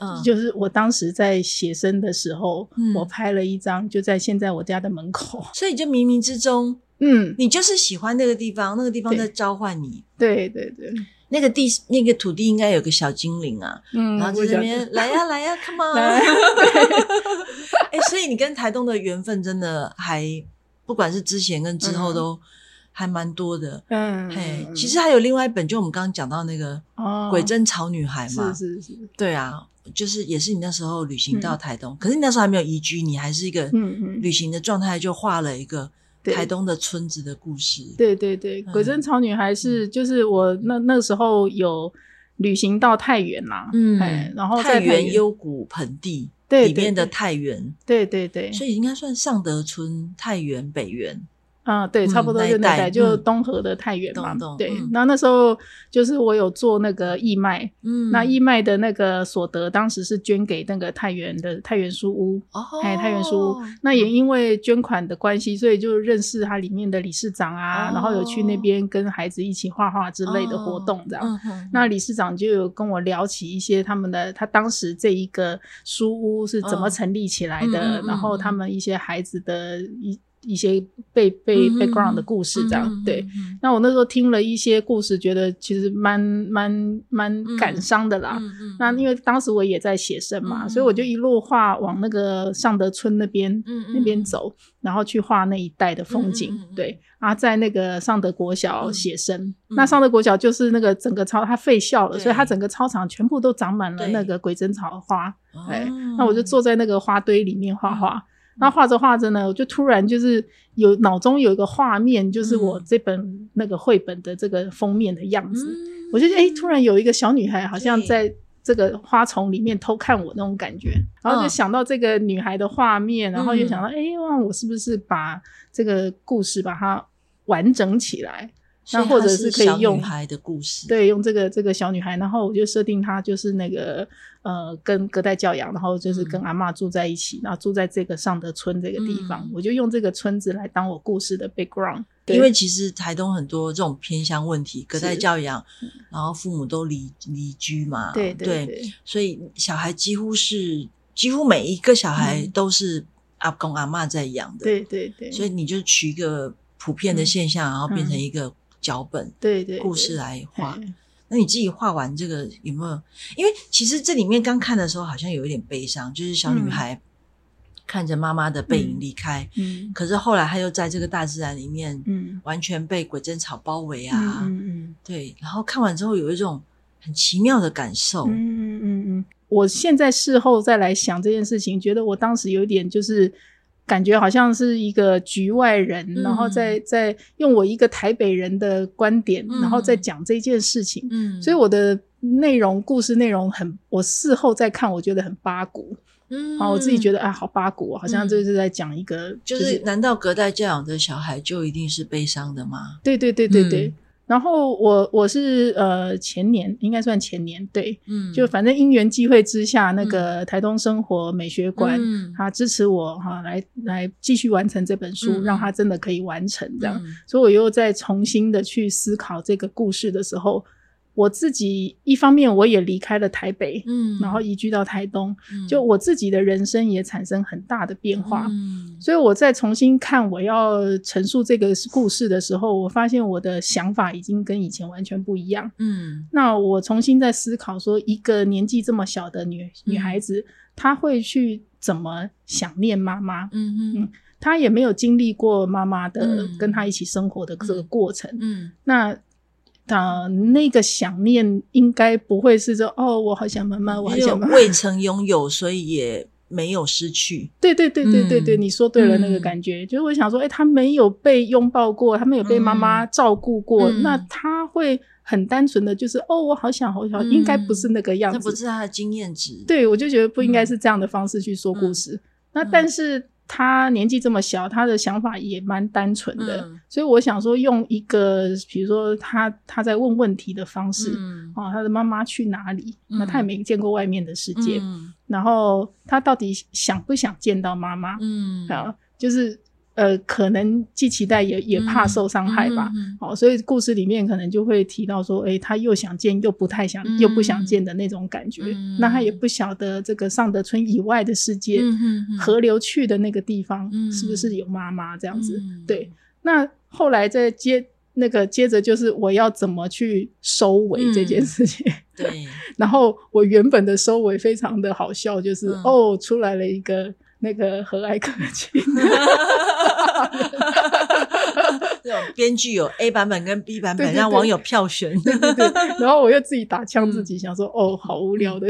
S1: 嗯，
S3: 就是我当时在写生的时候，
S1: 嗯
S3: 我拍了一张，就在现在我家的门口。 *laughs*
S1: 所以就冥冥之中，
S3: 嗯，
S1: 你就是喜欢那个地方，那个地方
S3: 对
S1: 在召唤你。
S3: 对对对，
S1: 那个地，那个土地应该有个小精灵啊，
S3: 嗯，
S1: 然后
S3: 我
S1: 在那
S3: 晓得
S1: 边来呀来呀，come on！ *laughs*
S3: 来
S1: 哎、所以你跟台东的缘分真的还，不管是之前跟之后
S3: 嗯
S1: 都还蛮多的。
S3: 嗯，
S1: 嘿，
S3: 嗯
S1: 其实还有另外一本，就我们刚刚讲到那个
S3: 哦
S1: 《鬼针草女孩》嘛，
S3: 是是是，
S1: 对啊，就是也是你那时候旅行到台东，可是你那时候还没有移居，你还是一个
S3: 嗯嗯
S1: 旅行的状态，就画了一个
S3: 对
S1: 台东的村子的故事。
S3: 对对对，
S1: 嗯
S3: 鬼针草女孩是就是我那那时候有旅行到太原啦，
S1: 嗯
S3: 哎然后
S1: 太
S3: 在
S1: 原
S3: 原
S1: 幽谷盆地
S3: 对
S1: 里面的
S3: 对
S1: 太原，
S3: 对对对，
S1: 所以应该算上德村、太原、北原。
S3: 啊，对，差不多
S1: 嗯那一
S3: 就那
S1: 带
S3: 一带，就
S1: 嗯
S3: 东河的太原嘛
S1: 懂懂。
S3: 对
S1: 嗯，
S3: 然后那时候就是我有做那个义卖，
S1: 嗯
S3: 那义卖的那个所得，当时是捐给那个太原的太原书屋。
S1: 哦，嗯
S3: 哎，太原书屋，那也因为捐款的关系，所以就认识它里面的理事长
S1: 哦
S3: 啊，然后有去那边跟孩子一起画画之类的活动，这样。
S1: 嗯哼
S3: 那理事长就有跟我聊起一些他们的，他当时这一个书屋是怎么
S1: 嗯
S3: 成立起来的，
S1: 嗯嗯嗯
S3: 然后
S1: 嗯
S3: 他们一些孩子的一一些被被
S1: 嗯嗯
S3: background
S1: 嗯
S3: 的故事，这样、
S1: 嗯
S3: 对。
S1: 嗯嗯
S3: 那我那时候听了一些故事，觉得其实蛮蛮蛮感伤的啦。
S1: 嗯嗯
S3: 啊那因为当时我也在写生嘛，
S1: 嗯嗯
S3: 所以我就一路画往那个尚德村那边、
S1: 嗯嗯
S3: 那边走，然后去画那一带的风景。
S1: 嗯嗯嗯嗯
S3: 对啊，在那个尚德国小
S1: 嗯
S3: 写生，
S1: 嗯
S3: 那尚德国小就是那个整个操它废校了，
S1: 对
S3: 所以它整个操场全部都长满了
S1: 对
S3: 那个鬼针草花。
S1: 哦
S3: 哎，那我就坐在那个花堆里面
S1: 嗯
S3: 画画。那画着画着呢，我就突然就是有脑中有一个画面，就是我
S1: 嗯
S3: 这本那个绘本的这个封面的样子。
S1: 嗯
S3: 我就哎、诶突然有一个小女孩好像
S1: 对
S3: 在这个花丛里面偷看我那种感觉，然后就
S1: 嗯
S3: 想到这个女孩的画面，然后又
S1: 嗯
S3: 想到，哎、哇，我是不是把这个故事把它完整起来？那或者
S1: 是
S3: 可以用
S1: 小女孩的故事，，
S3: 对，用这个这个小女孩，然后我就设定她就是那个呃，跟隔代教养，然后就是跟
S1: 嗯
S3: 阿嬷住在一起，然后住在这个上德村这个地方，
S1: 嗯
S3: 我就用这个村子来当我故事的 background。对
S1: 因为其实台东很多这种偏乡问题，隔代
S3: 是嗯
S1: 教养，然后父母都离离居嘛，
S3: 对
S1: 对
S3: 对对
S1: 所以小孩几乎是几乎每一个小孩
S3: 嗯
S1: 都是阿公阿嬷在养的，
S3: 对对对，
S1: 所以你就取一个普遍的现象，然后变成一个脚本、
S3: 对嗯对
S1: 故事来画
S3: 画。，嘿
S1: 那你自己画完这个有没有？因为其实这里面刚看的时候好像有一点悲伤，就是小女孩看着妈妈的背影离开，
S3: 嗯
S1: 可是后来她又在这个大自然里面，
S3: 嗯
S1: 完全被鬼针草包围啊。
S3: 嗯嗯
S1: 对，然后看完之后有一种很奇妙的感受。
S3: 嗯嗯嗯嗯，我现在事后再来想这件事情，觉得我当时有一点就是。感觉好像是一个局外人，
S1: 嗯
S3: 然后再再用我一个台北人的观点，
S1: 嗯
S3: 然后再讲这件事情。
S1: 嗯
S3: 所以我的内容、故事内容很，我事后再看，我觉得很八股。
S1: 嗯
S3: 啊，我自己觉得啊，好八股哦，好像
S1: 嗯
S3: 就是在讲一个，
S1: 就是，难道隔代教养的小孩就一定是悲伤的吗？
S3: 对对对对对。
S1: 嗯
S3: 然后我我是呃前年应该算前年对，
S1: 嗯
S3: 就反正因缘际会之下，那个台东生活美学馆。
S1: 嗯
S3: 他支持我哈、来来继续完成这本书，
S1: 嗯
S3: 让他真的可以完成这样。
S1: 嗯
S3: 所以我又在重新的去思考这个故事的时候，我自己一方面我也离开了台北，
S1: 嗯
S3: 然后移居到台东，
S1: 嗯
S3: 就我自己的人生也产生很大的变化。
S1: 嗯
S3: 所以我在重新看我要陈述这个故事的时候，我发现我的想法已经跟以前完全不一样。
S1: 嗯
S3: 那我重新在思考说，一个年纪这么小的女
S1: 嗯
S3: 女孩子，她会去怎么想念妈妈？
S1: 嗯嗯
S3: 她也没有经历过妈妈的、
S1: 嗯
S3: 跟她一起生活的这个过程。
S1: 嗯
S3: 那呃，那个想念应该不会是说哦，我好想妈妈，我好
S1: 因为
S3: 想妈妈。
S1: 未曾拥有，所以也没有失去。
S3: 对对对对对对，
S1: 嗯
S3: 你说对了，那个
S1: 嗯
S3: 感觉、就是我想说，哎，她没有被拥抱过，她没有被妈妈照顾过，
S1: 嗯
S3: 那她会很单纯的就是哦，我好想好想，
S1: 嗯
S3: 应该不是那个样
S1: 那
S3: 子，
S1: 不是他的经验值。，
S3: 对，我就觉得不应该
S1: 嗯
S3: 是这样的方式去说故事。那但是他年纪这么小，他的想法也蛮单纯的，
S1: 嗯
S3: 所以我想说用一个，比如说他他在问问题的方式。
S1: 嗯，
S3: 哦，他的妈妈去哪里？那他也没见过外面的世界，
S1: 嗯
S3: 然后他到底想不想见到妈妈？
S1: 嗯，
S3: 啊，就是呃，可能既期待也也怕受伤害吧。
S1: 嗯。
S3: 哦，所以故事里面可能就会提到说，诶，他又想见又不太想，又不想见的那种感觉。
S1: 嗯
S3: 那他也不晓得这个上德村以外的世界，
S1: 嗯嗯嗯
S3: 河流去的那个地方、
S1: 嗯
S3: 是不是有妈妈这样子？
S1: 嗯
S3: 对。那后来再接那个接着就是我要怎么去收尾这
S1: 嗯
S3: 件事情。 *laughs*
S1: 对，
S3: 然后我原本的收尾非常的好笑，就是、
S1: 嗯
S3: 哦，出来了一个那个和蔼可亲。 *laughs*
S1: 这
S3: *laughs*
S1: 种编剧有 A 版本跟 B 版
S3: 对
S1: 本，
S3: 对
S1: 让
S3: 对
S1: 网友票选。
S3: 对对，然后我又自己打枪
S1: 嗯
S3: 自己，想说哦，好无聊的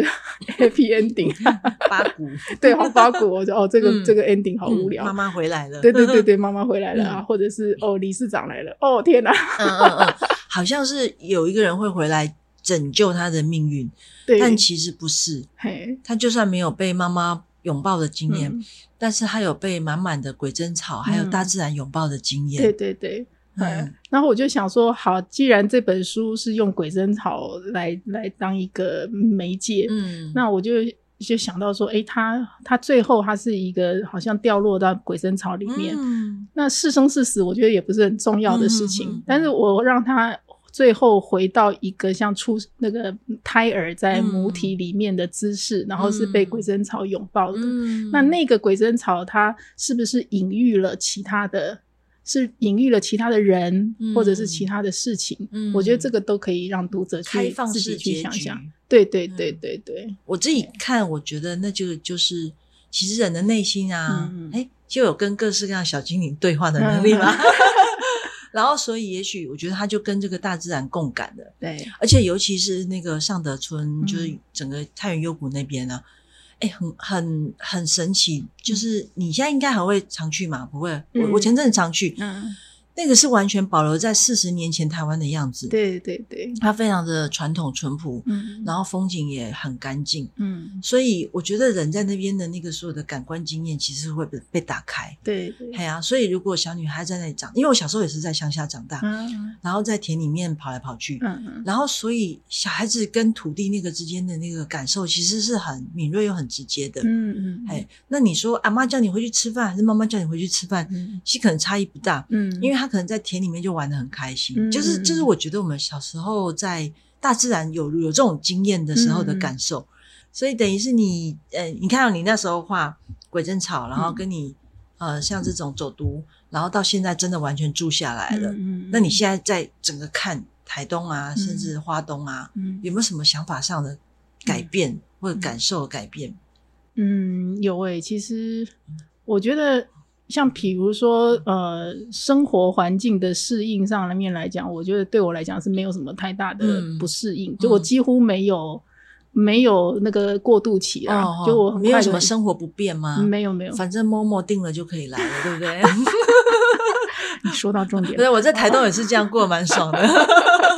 S3: happy ending，啊
S1: 八股
S3: *laughs* 对，好八股，我就哦，这个、
S1: 嗯
S3: 这个 ending 好无聊。
S1: 妈妈回来了。
S3: 对对对对，妈妈回来了啊，
S1: 嗯
S3: 或者是哦，理事长来了，哦天哪，
S1: 嗯嗯嗯， *laughs* 好像是有一个人会回来拯救他的命运，
S3: 对，
S1: 但其实不是。
S3: 嘿，
S1: 他就算没有被妈妈拥抱的经验，
S3: 嗯，
S1: 但是他有被满满的鬼针草还有大自然拥抱的经验。
S3: 对对对。嗯
S1: 嗯，
S3: 然后我就想说，好，既然这本书是用鬼针草来来当一个媒介，
S1: 嗯
S3: 那我就就想到说，诶，他他最后他是一个好像掉落到鬼针草里面，
S1: 嗯
S3: 那是生是死，我觉得也不是很重要的事情。
S1: 嗯嗯嗯
S3: 但是我让他最后回到一个像出那个胎儿
S1: 嗯
S3: 在母体里面的姿势，然后是被鬼针草拥抱的。
S1: 嗯
S3: 那那个鬼针草，它是不是隐喻了其他的？是隐喻了其他的人，
S1: 嗯
S3: 或者是其他的事情？
S1: 嗯
S3: 我觉得这个都可以让读者
S1: 开
S3: 去
S1: 放
S3: 自己
S1: 式
S3: 去
S1: 结
S3: 想
S1: 局，嗯
S3: 想。对对对对对，
S1: 我自己看，我觉得那就就是其实人的内心啊
S3: 嗯嗯，
S1: 哎、就有跟各式各样小精灵对话的能力嘛。
S3: 嗯 *laughs*
S1: 然后，所以也许我觉得他就跟这个大自然共感了，
S3: 对，
S1: 而且尤其是那个上德村，
S3: 嗯
S1: 就是整个太原幽谷那边啊，哎、很很很神奇。就是你现在应该还会常去嘛？不会，我
S3: 嗯
S1: 我前阵子常去，
S3: 嗯
S1: 那个是完全保留在四十年前台湾的样子，，
S3: 对对对，
S1: 它非常的传统淳朴，
S3: 嗯，
S1: 然后风景也很干净，
S3: 嗯，
S1: 所以我觉得人在那边的那个所有的感官经验其实会被被打开。
S3: 对对，
S1: 哎呀、所以如果小女孩在那里长，因为我小时候也是在乡下长大，
S3: 嗯
S1: 然后在田里面跑来跑去，
S3: 嗯
S1: 然后所以小孩子跟土地那个之间的那个感受其实是很敏锐又很直接的。
S3: 嗯嗯，
S1: 哎，那你说阿妈叫你回去吃饭，还是妈妈叫你回去吃饭，
S3: 嗯
S1: 其实可能差异不大，
S3: 嗯，
S1: 因为他可能在田里面就玩得很开心。
S3: 嗯
S1: 就是就是，我觉得我们小时候在大自然有有这种经验的时
S3: 嗯
S1: 候的感受，所以等于是你呃，你看到你那时候画鬼针草，
S3: 嗯
S1: 然后跟你、呃像这种走读，然后到现在真的完全住下来了。
S3: 嗯，
S1: 那你现在在整个看台东啊，
S3: 嗯
S1: 甚至花东啊，
S3: 嗯
S1: 有没有什么想法上的改变、或者感受的改变？
S3: 嗯有诶、其实我觉得。像比如说，呃，生活环境的适应上面来讲，我觉得对我来讲是没有什么太大的
S1: 嗯
S3: 不适应，就我几乎没有没有那个过渡期啊，
S1: 哦，
S3: 就我很
S1: 没有
S3: 快
S1: 什
S3: 就
S1: 么生活不便吗？
S3: 没有没有，
S1: 反正 Momo 定了就可以来了，对不
S3: *laughs*
S1: 对？
S3: 你说到重点了
S1: 对，我在台东也是这样
S3: *laughs*
S1: 过，蛮爽的。 *laughs*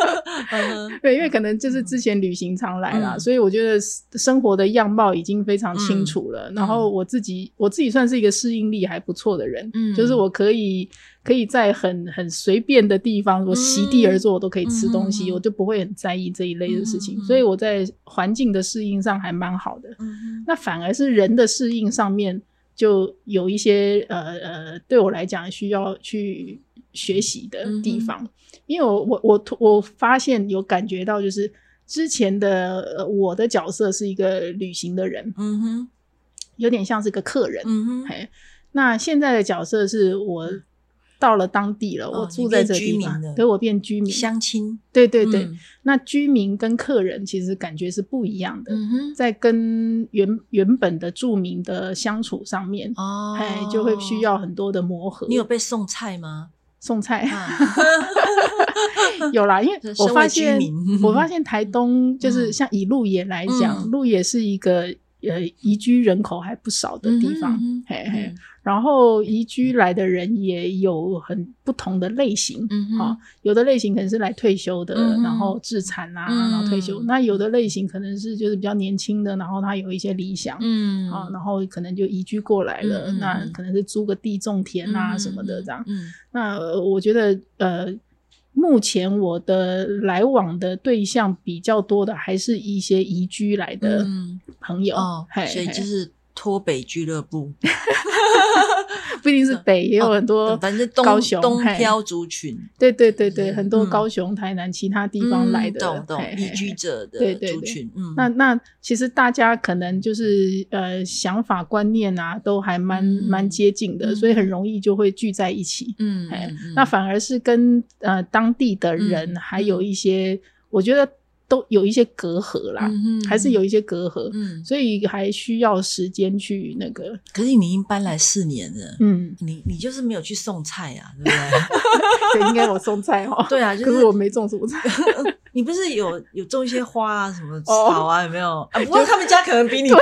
S1: 嗯
S3: 对，因为可能就是之前旅行常来啦，
S1: 嗯
S3: 所以我觉得生活的样貌已经非常清楚了。然后我自己，我自己算是一个适应力还不错的人，
S1: 嗯
S3: 就是我可以可以在很很随便的地方，我席地而坐，我都可以吃东
S1: 嗯
S3: 西，
S1: 嗯嗯嗯
S3: 我就不会很在意这一类的事情。
S1: 嗯嗯嗯
S3: 所以我在环境的适应上还蛮好的。
S1: 嗯
S3: 那反而是人的适应上面就有一些呃呃，对我来讲需要去学习的
S1: 嗯
S3: 地方，因为我我我我发现有感觉到就是。之前的、呃、我的角色是一个旅行的人，
S1: 嗯哼，
S3: 有点像是个客人。
S1: 嗯哼，
S3: 嘿，那现在的角色是我到了当地了，
S1: 哦
S3: 我住在这
S1: 你变
S3: 地
S1: 居
S3: 方
S1: 民了，
S3: 对我变居民。
S1: 相亲，
S3: 对对对，
S1: 嗯
S3: 那居民跟客人其实感觉是不一样的。
S1: 嗯哼，
S3: 在跟原原本的住民的相处上面，
S1: 哦，
S3: 哎、就会需。要很多的磨合。
S1: 你有被送菜吗？
S3: 送菜、
S1: 啊
S3: 有啦，因为
S1: 这身
S3: 我
S1: 为
S3: 发
S1: 居
S3: 现
S1: 民，
S3: 我发现台东就是像以鹿野来讲，
S1: 嗯
S3: 鹿野是一个呃移居人口还不少 *laughs* 的地方，
S1: 嗯哼
S3: 嘿
S1: 嗯
S3: 嘿
S1: 哼。
S3: 然后移居来的人也有很不同的类型，
S1: 嗯哼
S3: 啊，有的类型可能是来退休的，
S1: 嗯哼
S3: 然后自产啊，
S1: 嗯
S3: 然后退休；那有的类型可能是就是比较年轻的，然后他有一些理想，
S1: 嗯
S3: 啊，然后可能就移居过来了，
S1: 嗯嗯
S3: 那
S1: 嗯
S3: 可能是租个地种田啊什么的这样。
S1: 嗯
S3: 那、呃我觉得呃，目前我的来往的对象比较多的还是一些移居来的
S1: 嗯
S3: 朋友，
S1: 哦
S3: 嘿，
S1: 所以
S3: 嘿
S1: 就是脱北俱乐部，
S3: 不一定是北，也有很多、
S1: 嗯哦反正
S3: 嗯高
S1: 东
S3: 雄
S1: 东
S3: 嘿
S1: 漂族群
S3: 对对对对，很多
S1: 嗯
S3: 高雄、台南其他地方来的，
S1: 懂懂
S3: 嘿
S1: 移
S3: 嘿
S1: 居
S3: 嘿
S1: 者的
S3: 对对
S1: 族
S3: 对
S1: 群，嗯，
S3: 那那其实大家可能就是呃想法观念啊都还蛮
S1: 嗯
S3: 蛮、接近的，
S1: 嗯
S3: 所以很容易就会聚在一起。
S1: 嗯
S3: 哎
S1: 嗯
S3: 那反而是跟呃当地的人
S1: 嗯
S3: 还有一些，我觉得都有一些隔阂啦，
S1: 嗯
S3: 还是有一些隔阂，
S1: 嗯，
S3: 所以还需要时间去那个，
S1: 可是你已经搬来四年了，
S3: 嗯，
S1: 你你就是没有去送菜啊，对不对？ *laughs*
S3: 对，应该我种菜哦，
S1: 对啊，
S3: 可
S1: 就是呃
S3: 我没种什么菜，
S1: 你不是有有种一些花啊什么
S3: 哦
S1: 草啊，有没
S3: *laughs*
S1: 有？啊，不过他们家可能比你多。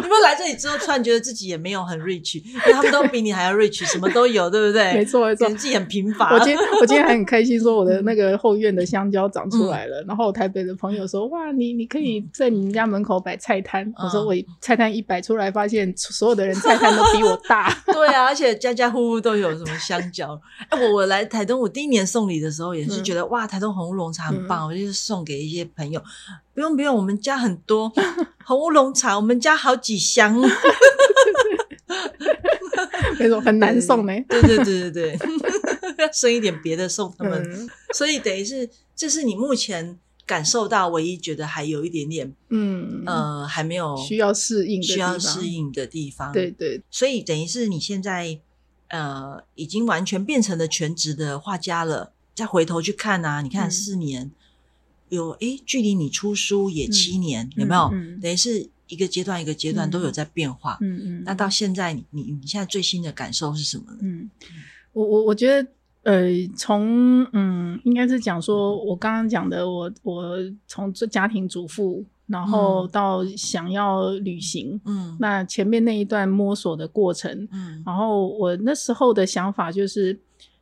S1: 你们来这里之后，突然觉得自己也没有很 rich，因为他们都比你还要 rich，什么都有，对不对？
S3: 没错没错
S1: 觉得自己很贫乏。嗯
S3: 我今天我今天还很开心，说我的那个后院的香蕉长出来了。然后我台北的朋友说：“哇，你你可
S1: 嗯
S3: 以在你们家门口摆菜摊。我说：“我菜摊一摆出来，发现所有的人菜摊都比我大。 *laughs*
S1: 对啊，而且家家户户都有什么香蕉。哎，我我来台东，我第一年送礼的时候也
S3: 嗯
S1: 是觉得、哇，台东红乌龙茶很棒，我就是送给一些朋友。不用不用，我们家很多红乌龙茶，我们家好几箱。
S3: 那种很 *laughs* 难送呢、
S1: 对对对对 *laughs* 对，要生一点别的送他们。
S3: 嗯
S1: 所以等于是，这是你目前感受到唯一觉得还有一点点
S3: 嗯
S1: 呃还没有
S3: 需要适应的地
S1: 需要
S3: 方
S1: 适。应的地方。
S3: 对，对
S1: 所以等于是你现在呃已经完全变成了全职的画家了。再回头去看啊，你看
S3: 嗯
S1: 四年、有诶，距离你出书也七年，有没有？
S3: 嗯嗯
S1: 等于是一个阶段一个阶段
S3: 嗯
S1: 都有在变化。
S3: 嗯嗯。
S1: 那到现在，你你你现在最新的感受是什么呢？
S3: 嗯，我我我觉得，呃，从嗯，应该是讲说，我刚刚讲的，我我从做家庭主妇，然后
S1: 嗯
S3: 到想要旅行，
S1: 嗯
S3: 那前面那一段摸索的过程，
S1: 嗯
S3: 然后我那时候的想法就是，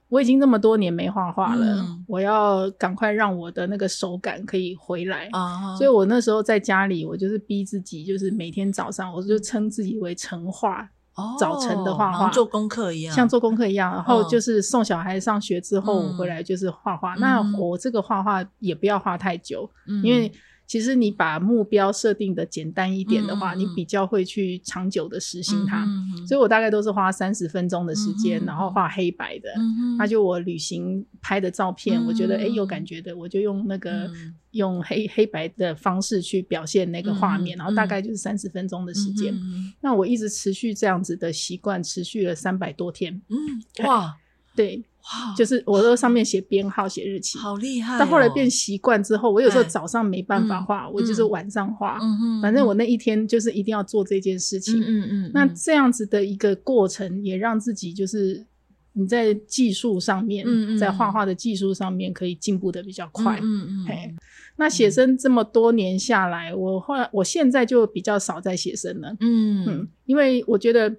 S3: 我已经那么多年没画画了，
S1: 嗯
S3: 我要赶快让我的那个手感可以回来。
S1: 啊，
S3: 所以我那时候在家里，我就是逼自己，就是每天早上，我就称自己为晨画，
S1: 哦
S3: 早晨的画
S1: 好
S3: 画
S1: 像做功课一样，
S3: 像做功课一样。然后
S1: 嗯
S3: 就是送小孩上学之后，
S1: 嗯
S3: 我回来就是画画。
S1: 嗯
S3: 那我这个画画也不要画太久，
S1: 嗯，
S3: 因为其实你把目标设定的简单一点的
S1: 嗯
S3: 话，
S1: 嗯嗯
S3: 你比较会去长久的实行它。
S1: 嗯哼
S3: 所以我大概都是花三十分钟的时间，
S1: 嗯嗯
S3: 然后画黑白的。
S1: 嗯哼
S3: 那就我旅行拍的照片，
S1: 嗯
S3: 我觉得哎有感觉的，我就用那个、
S1: 嗯
S3: 用黑黑白的方式去表现那个画面，
S1: 嗯嗯
S3: 然后大概就是三十分钟的时间。
S1: 嗯
S3: 那我一直持续这样子的习惯，持续了三百多天。
S1: 哼嗯哇
S3: 对，
S1: 哇，
S3: 就是我都上面写编号、写日期。
S1: 好厉害哦，
S3: 到后来变习惯之后，我有时候
S1: 哎
S3: 早上没办法
S1: 嗯
S3: 画，我就是
S1: 嗯
S3: 晚上画。
S1: 嗯哼，
S3: 反正我那一天就是一定要做这件事
S1: 嗯
S3: 情。
S1: 嗯嗯，
S3: 那
S1: 嗯
S3: 这样子的一个过程，也让自己就是你在技术上面，
S1: 嗯嗯
S3: 在画画的技术上面可以进步的比较快。
S1: 嗯嗯
S3: 嘿
S1: 嗯
S3: 那写生这么多年下来，我后来我现在就比较少在写生了，
S1: 嗯
S3: 嗯
S1: 嗯，
S3: 因为我觉得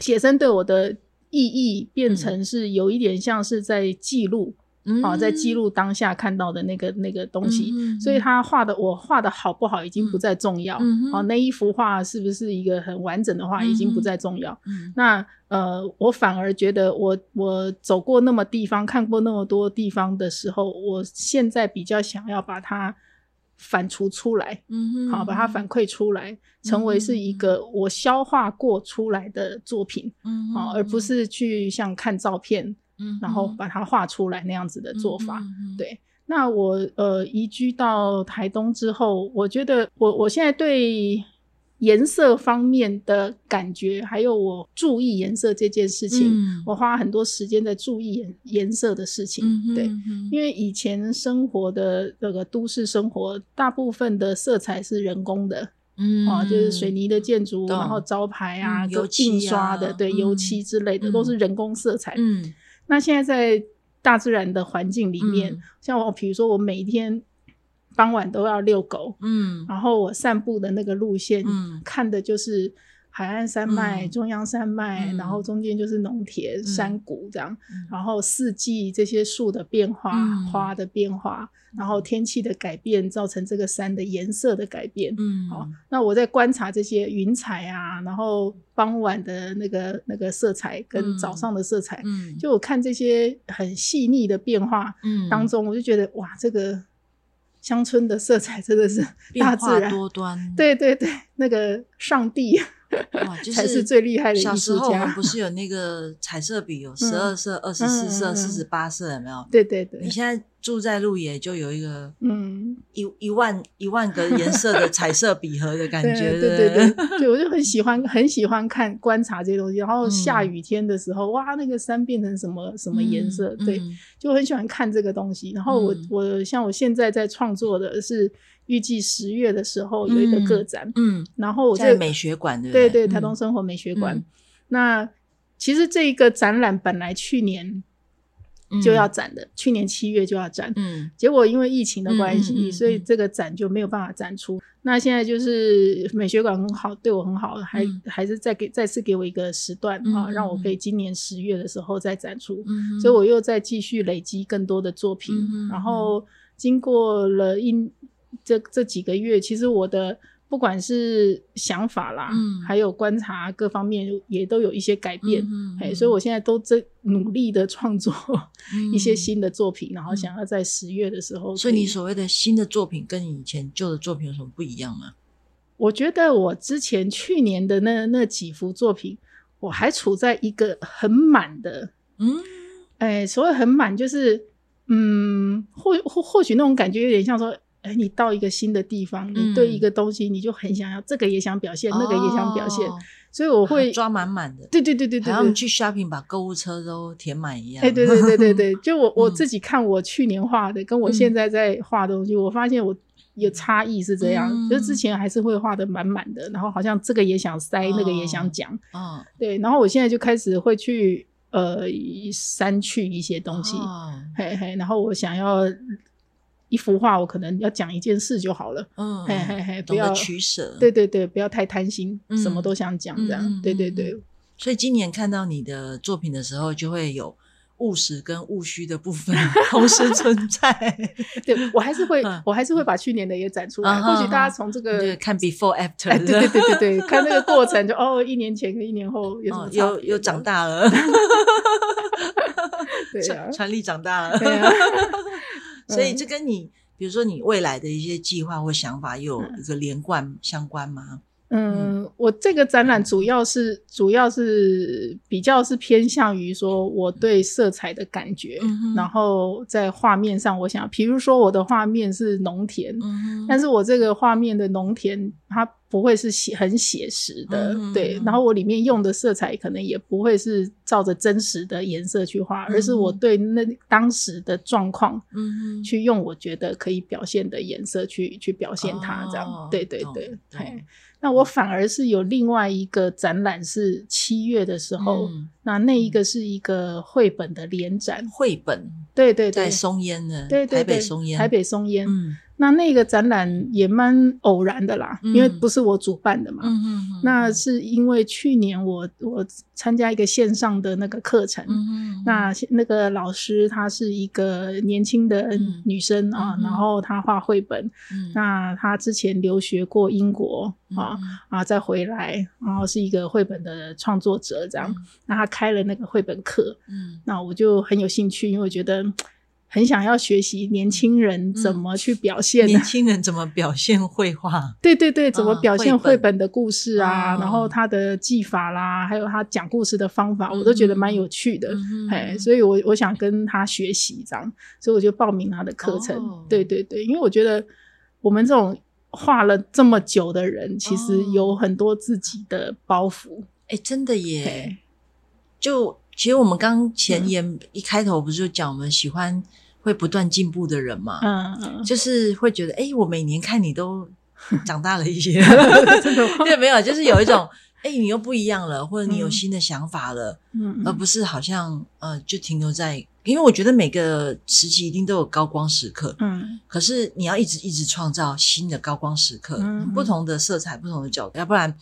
S3: 写生对我的意义变成是有一点像是在记录
S1: 嗯
S3: 啊，在记录当下看到的那个那个东西。
S1: 嗯嗯
S3: 所以他画的我画的好不好已经不再重要，
S1: 嗯嗯哼
S3: 哦，那一幅画是不是一个很完整的画
S1: 嗯哼
S3: 已经不再重要。
S1: 嗯
S3: 那呃，我反而觉得我我走过那么地方，看过那么多地方的时候，我现在比较想要把它反刍出来，
S1: 嗯哼
S3: 好，把它反馈出来，成为是一个我消化过出来的作品，
S1: 嗯
S3: 好，而不是去像看照片，
S1: 嗯
S3: 然后
S1: 嗯
S3: 把它画出来那样子的做法。
S1: 嗯嗯嗯
S3: 对那我呃移居到台东之后，我觉得我我现在对颜色方面的感觉，还有我注意颜色这件事情，
S1: 嗯
S3: 我花很多时间在注意颜颜色的事情。
S1: 嗯哼
S3: 对，
S1: 嗯哼
S3: 因为以前生活的那个都市生活，大部分的色彩是人工的、
S1: 嗯
S3: 啊，就是水泥的建筑，
S1: 懂
S3: 然后招牌啊、
S1: 嗯
S3: 各
S1: 油漆啊
S3: 印刷的，对，
S1: 嗯
S3: 油漆之类的、
S1: 嗯
S3: 都是人工色彩。
S1: 嗯
S3: 那现在在大自然的环境里面，
S1: 嗯
S3: 像我，比如说我每一天傍晚都要遛狗，
S1: 嗯
S3: 然后我散步的那个路线，
S1: 嗯
S3: 看的就是海岸山脉、
S1: 嗯
S3: 中央山脉，
S1: 嗯
S3: 然后中间就是农田、山谷这样，
S1: 嗯
S3: 然后四季这些树的变化、
S1: 嗯
S3: 花的变化，然后天气的改变造成这个山的颜色的改变。
S1: 嗯
S3: 好，那我在观察这些云彩啊，然后傍晚的那个那个色彩跟
S1: 嗯
S3: 早上的色彩，
S1: 嗯
S3: 就我看这些很细腻的变化
S1: 嗯
S3: 当中，我就觉得哇，这个乡村的色彩真的是
S1: *laughs*
S3: 大
S1: 变
S3: 自
S1: 化
S3: 然，
S1: 多端，
S3: *laughs* 对对对，那个上帝 *laughs*
S1: 哇，就
S3: 才是最厉害的艺
S1: 小时
S3: 术
S1: 候我
S3: 家
S1: 们不是有那个彩色笔，有十二色、二十
S3: 嗯嗯
S1: 四色、
S3: 嗯
S1: 四十八色，有没有？
S3: 对对对
S1: 你，现在住在鹿野，就有一个
S3: 嗯，
S1: 一一万一万个颜色的彩色笔盒的感
S3: *laughs* 对
S1: 觉，
S3: 对
S1: 不
S3: 对对，对我就很喜欢很喜欢看观察这些东西，然后
S1: 嗯
S3: 下雨天的时候，哇，那个山变成什么什
S1: 什
S3: 么颜色，对，就很喜欢看这个东西。然后我、
S1: 嗯
S3: 我像我现在在创作的是预计十月的时候有一个
S1: 嗯
S3: 个展，
S1: 嗯，
S3: 然后我
S1: 在
S3: 这
S1: 美学馆对不
S3: 对
S1: 对，
S3: 对台东
S1: 嗯
S3: 生活美学馆。
S1: 嗯
S3: 那其实这一个展览本来去年就要展的，去年七月就要展，
S1: 嗯
S3: 结果因为疫情的关系，
S1: 嗯嗯嗯嗯
S3: 所以这个展就没有办法展出。那现在就是美学馆很好，对我很好，还、
S1: 嗯
S3: 还是再给再次给我一个时段、
S1: 嗯
S3: 啊，
S1: 嗯
S3: 让我
S1: 嗯
S3: 可以今年十月的时候再展出。
S1: 嗯，
S3: 所以我又再继续累积更多的作品，
S1: 嗯嗯
S3: 然后经过了一这这几个月，其实我的不管是想法啦，
S1: 嗯
S3: 还有观察各方面也都有一些改变，
S1: 嗯
S3: 哎，所以我现在都在努力的创作 *laughs* 一些，新的作品，然后
S1: 嗯
S3: 想要在十月的时候可，
S1: 嗯所以你所谓的新的作品跟以前旧的作品有什么不一样吗？
S3: 我觉得我之前去年的那那几幅作品，我还处在一个很满的
S1: 嗯
S3: 哎，所谓很满就是，嗯，或或或许那种感觉有点像说，哎，你到一个新的地方，你
S1: 嗯
S3: 对一个东西你就很想要，这个也想表现，那个也想表现，所以我
S1: 我
S3: 会，
S1: 哦抓满满的，
S3: 对对对对对
S1: 好像我
S3: 对
S1: 们，去 shopping 把购物车都填满一样。
S3: 哎，对对对对对，就我我
S1: 嗯
S3: 自己看我去年画的，跟我
S1: 嗯
S3: 现在在画的东西，我发现我。有差异是这样，就是之
S1: 嗯
S3: 前还是会画的满满的，然后好像这个也想塞，那个也想
S1: 哦
S3: 讲，
S1: 哦，
S3: 对，然后我现在就开始会去呃删去一些东西，
S1: 哦
S3: 嘿嘿，然后我想要一幅画，我可能要讲一件事就好了，
S1: 嗯，
S3: 嘿嘿嘿，不
S1: 懂
S3: 要
S1: 得取舍。
S3: 对，对对，不要太贪心，
S1: 嗯
S3: 什么都想讲这样，
S1: 嗯嗯
S3: 对对对，
S1: 所以今年看到你的作品的时候，就会有务实跟务虚的部分 *laughs* 同时存在。
S3: 对我还是会
S1: 嗯，
S3: 我还是会把去年的也展出来。
S1: 嗯
S3: 或
S1: 哼
S3: 许大家从这
S1: 你
S3: 个
S1: 就，
S3: *laughs*
S1: 看 before
S3: 哎，
S1: after，
S3: 对对对对对，看那个过程
S1: *laughs*
S3: 就，哦，一年前跟一年后有什
S1: 哦
S3: 么差别
S1: 又又长，大了，
S3: 对啊
S1: 传，传力长大了，
S3: 对
S1: *laughs*
S3: 啊，
S1: 所以这跟你，比如说你未来的一些计划或想法，有一个连贯相关吗？
S3: 嗯，我这个展览主要是主要是比较是偏向于说我对色彩的感觉，
S1: 嗯哼
S3: 然后在画面上，我想，比如说我的画面是农田，
S1: 嗯
S3: 但是我这个画面的农田它不会是写很写实的，
S1: 嗯
S3: 对
S1: 嗯，
S3: 然后我里面用的色彩可能也不会是照着真实的颜色去画，而是我对那当时的状况
S1: 嗯
S3: 去用我觉得可以表现的颜色去去表现它，这样，
S1: 哦
S3: 对对
S1: 懂
S3: 对
S1: 懂，嗯
S3: 嘿。那我反而是有另外一个展览是七月的时候，
S1: 嗯
S3: 那那一个是一个绘本的联展，
S1: 绘本
S3: 对对对
S1: 在，松烟呢，
S3: 对对
S1: 台北
S3: 对
S1: 松烟，
S3: 台北松烟，
S1: 嗯
S3: 那那个展览也蛮偶然的啦，
S1: 嗯
S3: 因为不是我主办的嘛。
S1: 嗯嗯，
S3: 那是因为去年我我参加一个线上的那个课程，
S1: 嗯
S3: 那那个老师她是一个年轻的
S1: 嗯
S3: 女生啊，
S1: 嗯哼嗯
S3: 然后她画绘本，那她之前留学过英国啊、
S1: 嗯
S3: 啊，再回来，然后是一个绘本的创作者这样。
S1: 嗯
S3: 那她开了那个绘本课，
S1: 嗯
S3: 那我就很有兴趣，因为我觉得嗯很想要学习年轻人怎么去表现、
S1: 嗯
S3: 啊
S1: 年轻人怎么表现绘
S3: *laughs*
S1: 画？
S3: 对对对，怎么表现
S1: 绘本
S3: 绘本的故事啊，
S1: 哦
S3: 然后他的技法啦，还有他讲故事的方法，我都觉得
S1: 嗯
S3: 蛮有趣的。哎，所以我我想跟他学习这样，所以我就报名他的课程。
S1: 哦
S3: 对对对，因为我觉得我们这种画了这么久的人，其实
S1: 哦
S3: 有很多自己的包袱。
S1: 哎，真的耶
S3: 对！
S1: 就其实我们刚前
S3: 嗯
S1: 言一开头不是就讲我们喜欢会不断进步的人嘛？
S3: 嗯，
S1: *laughs*
S3: 嗯 *laughs*
S1: 就是会觉得，哎、我每年看你都长大了一
S3: *laughs*
S1: 些，
S3: 真的吗
S1: 对，没有，就是有一种，哎、你又不一样了，或者你有
S3: 嗯
S1: 新的想法了，
S3: 嗯，
S1: 而
S3: 嗯
S1: 不是好像呃就停留在，因为我觉得每个时期一定都有高光时刻，
S3: 嗯
S1: 可是你要一直一直创造新的高光时刻，
S3: 嗯嗯
S1: 不同的色彩，不同的角度，要不然。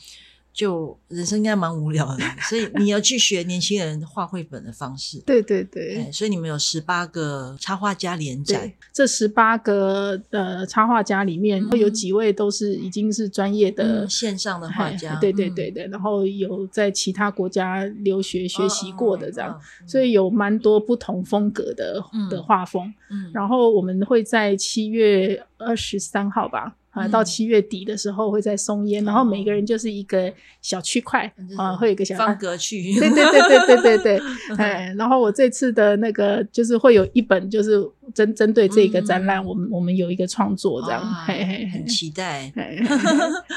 S1: 就人生应该蛮无聊的，
S3: *laughs*
S1: 所以你要去学年轻人画绘本的方式。
S3: 对对对
S1: 哎，所以你们有十八个插画家联展
S3: 对，，这十八个呃插画家里面，
S1: 嗯
S3: 有几位都是已经是专业的、
S1: 嗯线上的画
S3: 嗨
S1: 家，
S3: 对对
S1: 嗯
S3: 对对，然后有在其他国家留学学习过的这样，
S1: 嗯，
S3: 所
S1: 以
S3: 以有蛮多不同风格的、
S1: 嗯
S3: 的画风。
S1: 嗯
S3: 然后我们会在七月二十三号吧。啊，
S1: 嗯
S3: 到七月底的时候会在松烟，然后每个人就是一个小区块
S1: 嗯就是
S3: 啊，会有一个小
S1: 方格去，
S3: *laughs* 对对对对对对对，哎，然后我这次的那个就是会有一本，就是针针对这个展览，我们我们有一个创作这样，
S1: 哇
S3: 嘿
S1: *laughs*
S3: 嘿嘿
S1: 嗯啊很，期待。
S3: 嘿嘿嘿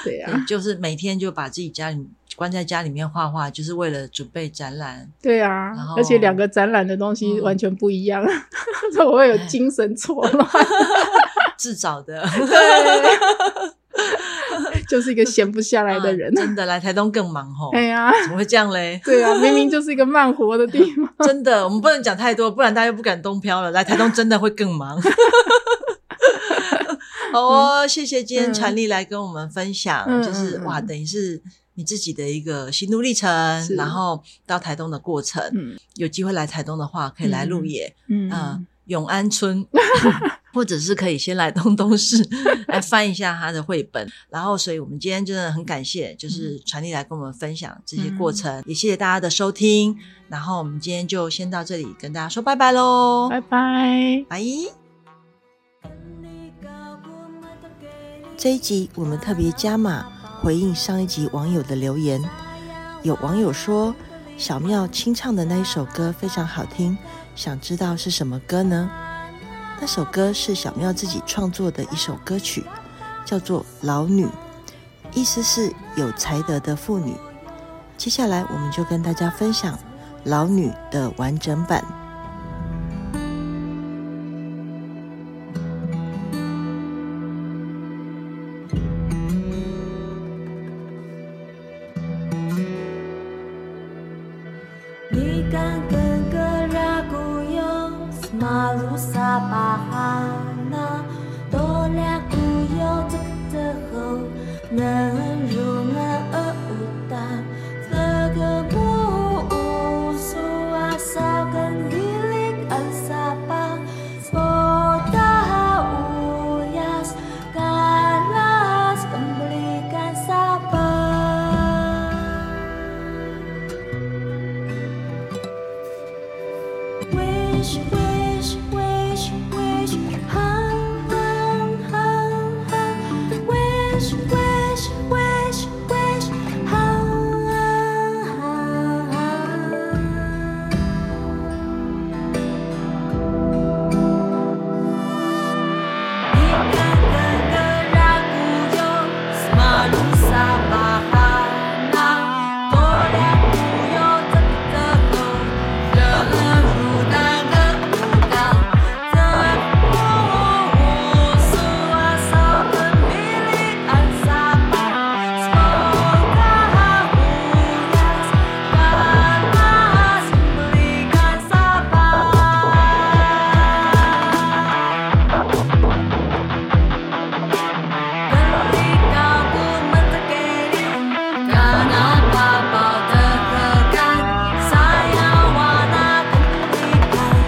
S3: 对啊
S1: 对，就是每天就把自己家里关在家里面画画，就是为了准备展览。
S3: 对啊
S1: 然后，
S3: 而且两个展览的东西
S1: 嗯
S3: 完全不一样， *laughs* 所以我会有精神错
S1: *laughs*
S3: 乱，
S1: 自找的，。
S3: 就是一个闲不下来的人 *laughs*
S1: 啊真的来 *laughs* 台东更忙吼，
S3: 哎呀，
S1: 怎么会这样
S3: *laughs*
S1: 嘞？
S3: 对啊，明明就是一个慢活的地方。
S1: 真的，我们不能讲太多，不然大家又不敢东漂了。来台东真的会更忙。
S3: *laughs*
S1: 好哦，谢谢今天
S3: 嗯
S1: 传力来跟我们分享，
S3: 嗯
S1: 就是
S3: 嗯嗯
S1: 哇，等于是你自己的一个心路历程，
S3: 是
S1: 然后到台东的过程。
S3: 嗯
S1: 有机会来台东的话，可以来鹿野， *laughs* 嗯
S3: 嗯，，
S1: 永安村，或者是可以先来东东市 *laughs* 来翻一下他的绘本。然后，所以我们今天真的很感谢，就是传递来跟我们分享这些过程，也谢谢大家的收听。然后我们今天就先到这里，跟大家说拜拜喽，
S3: 拜拜。
S1: 拜。
S2: 这一集我们特别加码回应上一集网友的留言，有网友说小妙清唱的那一首歌非常好听，想知道是什么歌呢？那首歌是小妙自己创作的一首歌曲，叫做《老女》，意思是有才德的妇女。接下来我们就跟大家分享《老女》的完整版。
S4: Ikan kegera kuyo Semalu sabahana Dolia kuyo Tekteho Nerunga eutan Tegemu Suasau kan hili bahana Toda kuyo zakzako Rana ruda ga ruda Zakko su asa Milik al sapa Spoka hulas Panas belikan sapa Ketika ku mentekeri karena papau tertekan, saya warna ketikan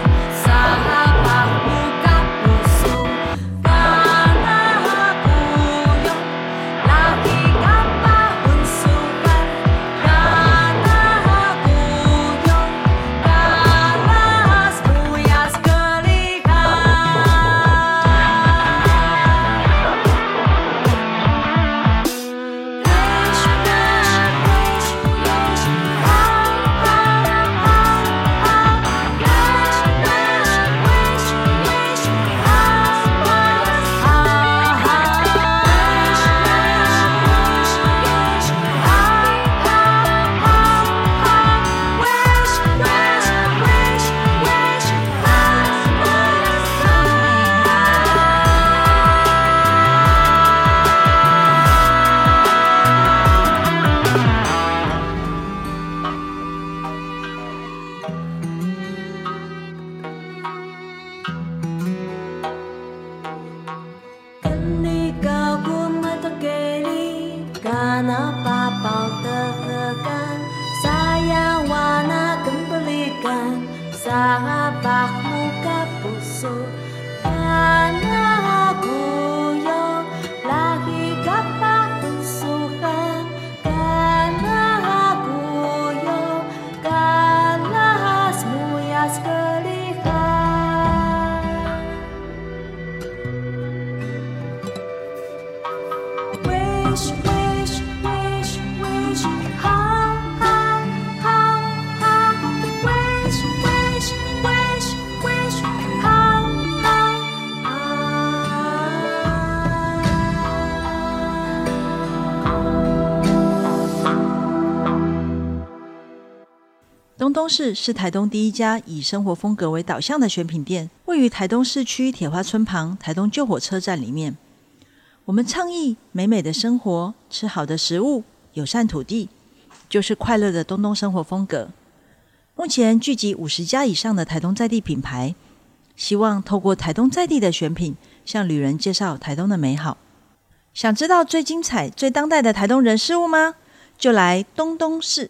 S4: sahabat buka musuh karena aku yuk lagi apa unsukan karena aku yuk kalas buyas kelikan. Ketika ku metekeli karena papau tertekan Sayang warna kembalikan sahabat muka busuk Karena aku yang lagi gampang tusukan Karena aku yang kalah semuanya sekelihan Wish, wish, wish, wish, how, how, how, how. Wish, wish, wish, wish, how, how, ah.
S1: 东东市是台东第一家以生活风格为导向的选品店，位于台东市区铁花村旁台东旧火车站里面。我们倡议美美的生活，吃好的食物，友善土地，就是快乐的东东生活风格。目前聚集五十家以上的台东在地品牌，希望透过台东在地的选品，向旅人介绍台东的美好。想知道最精彩、最当代的台东人事物吗？就来东东市。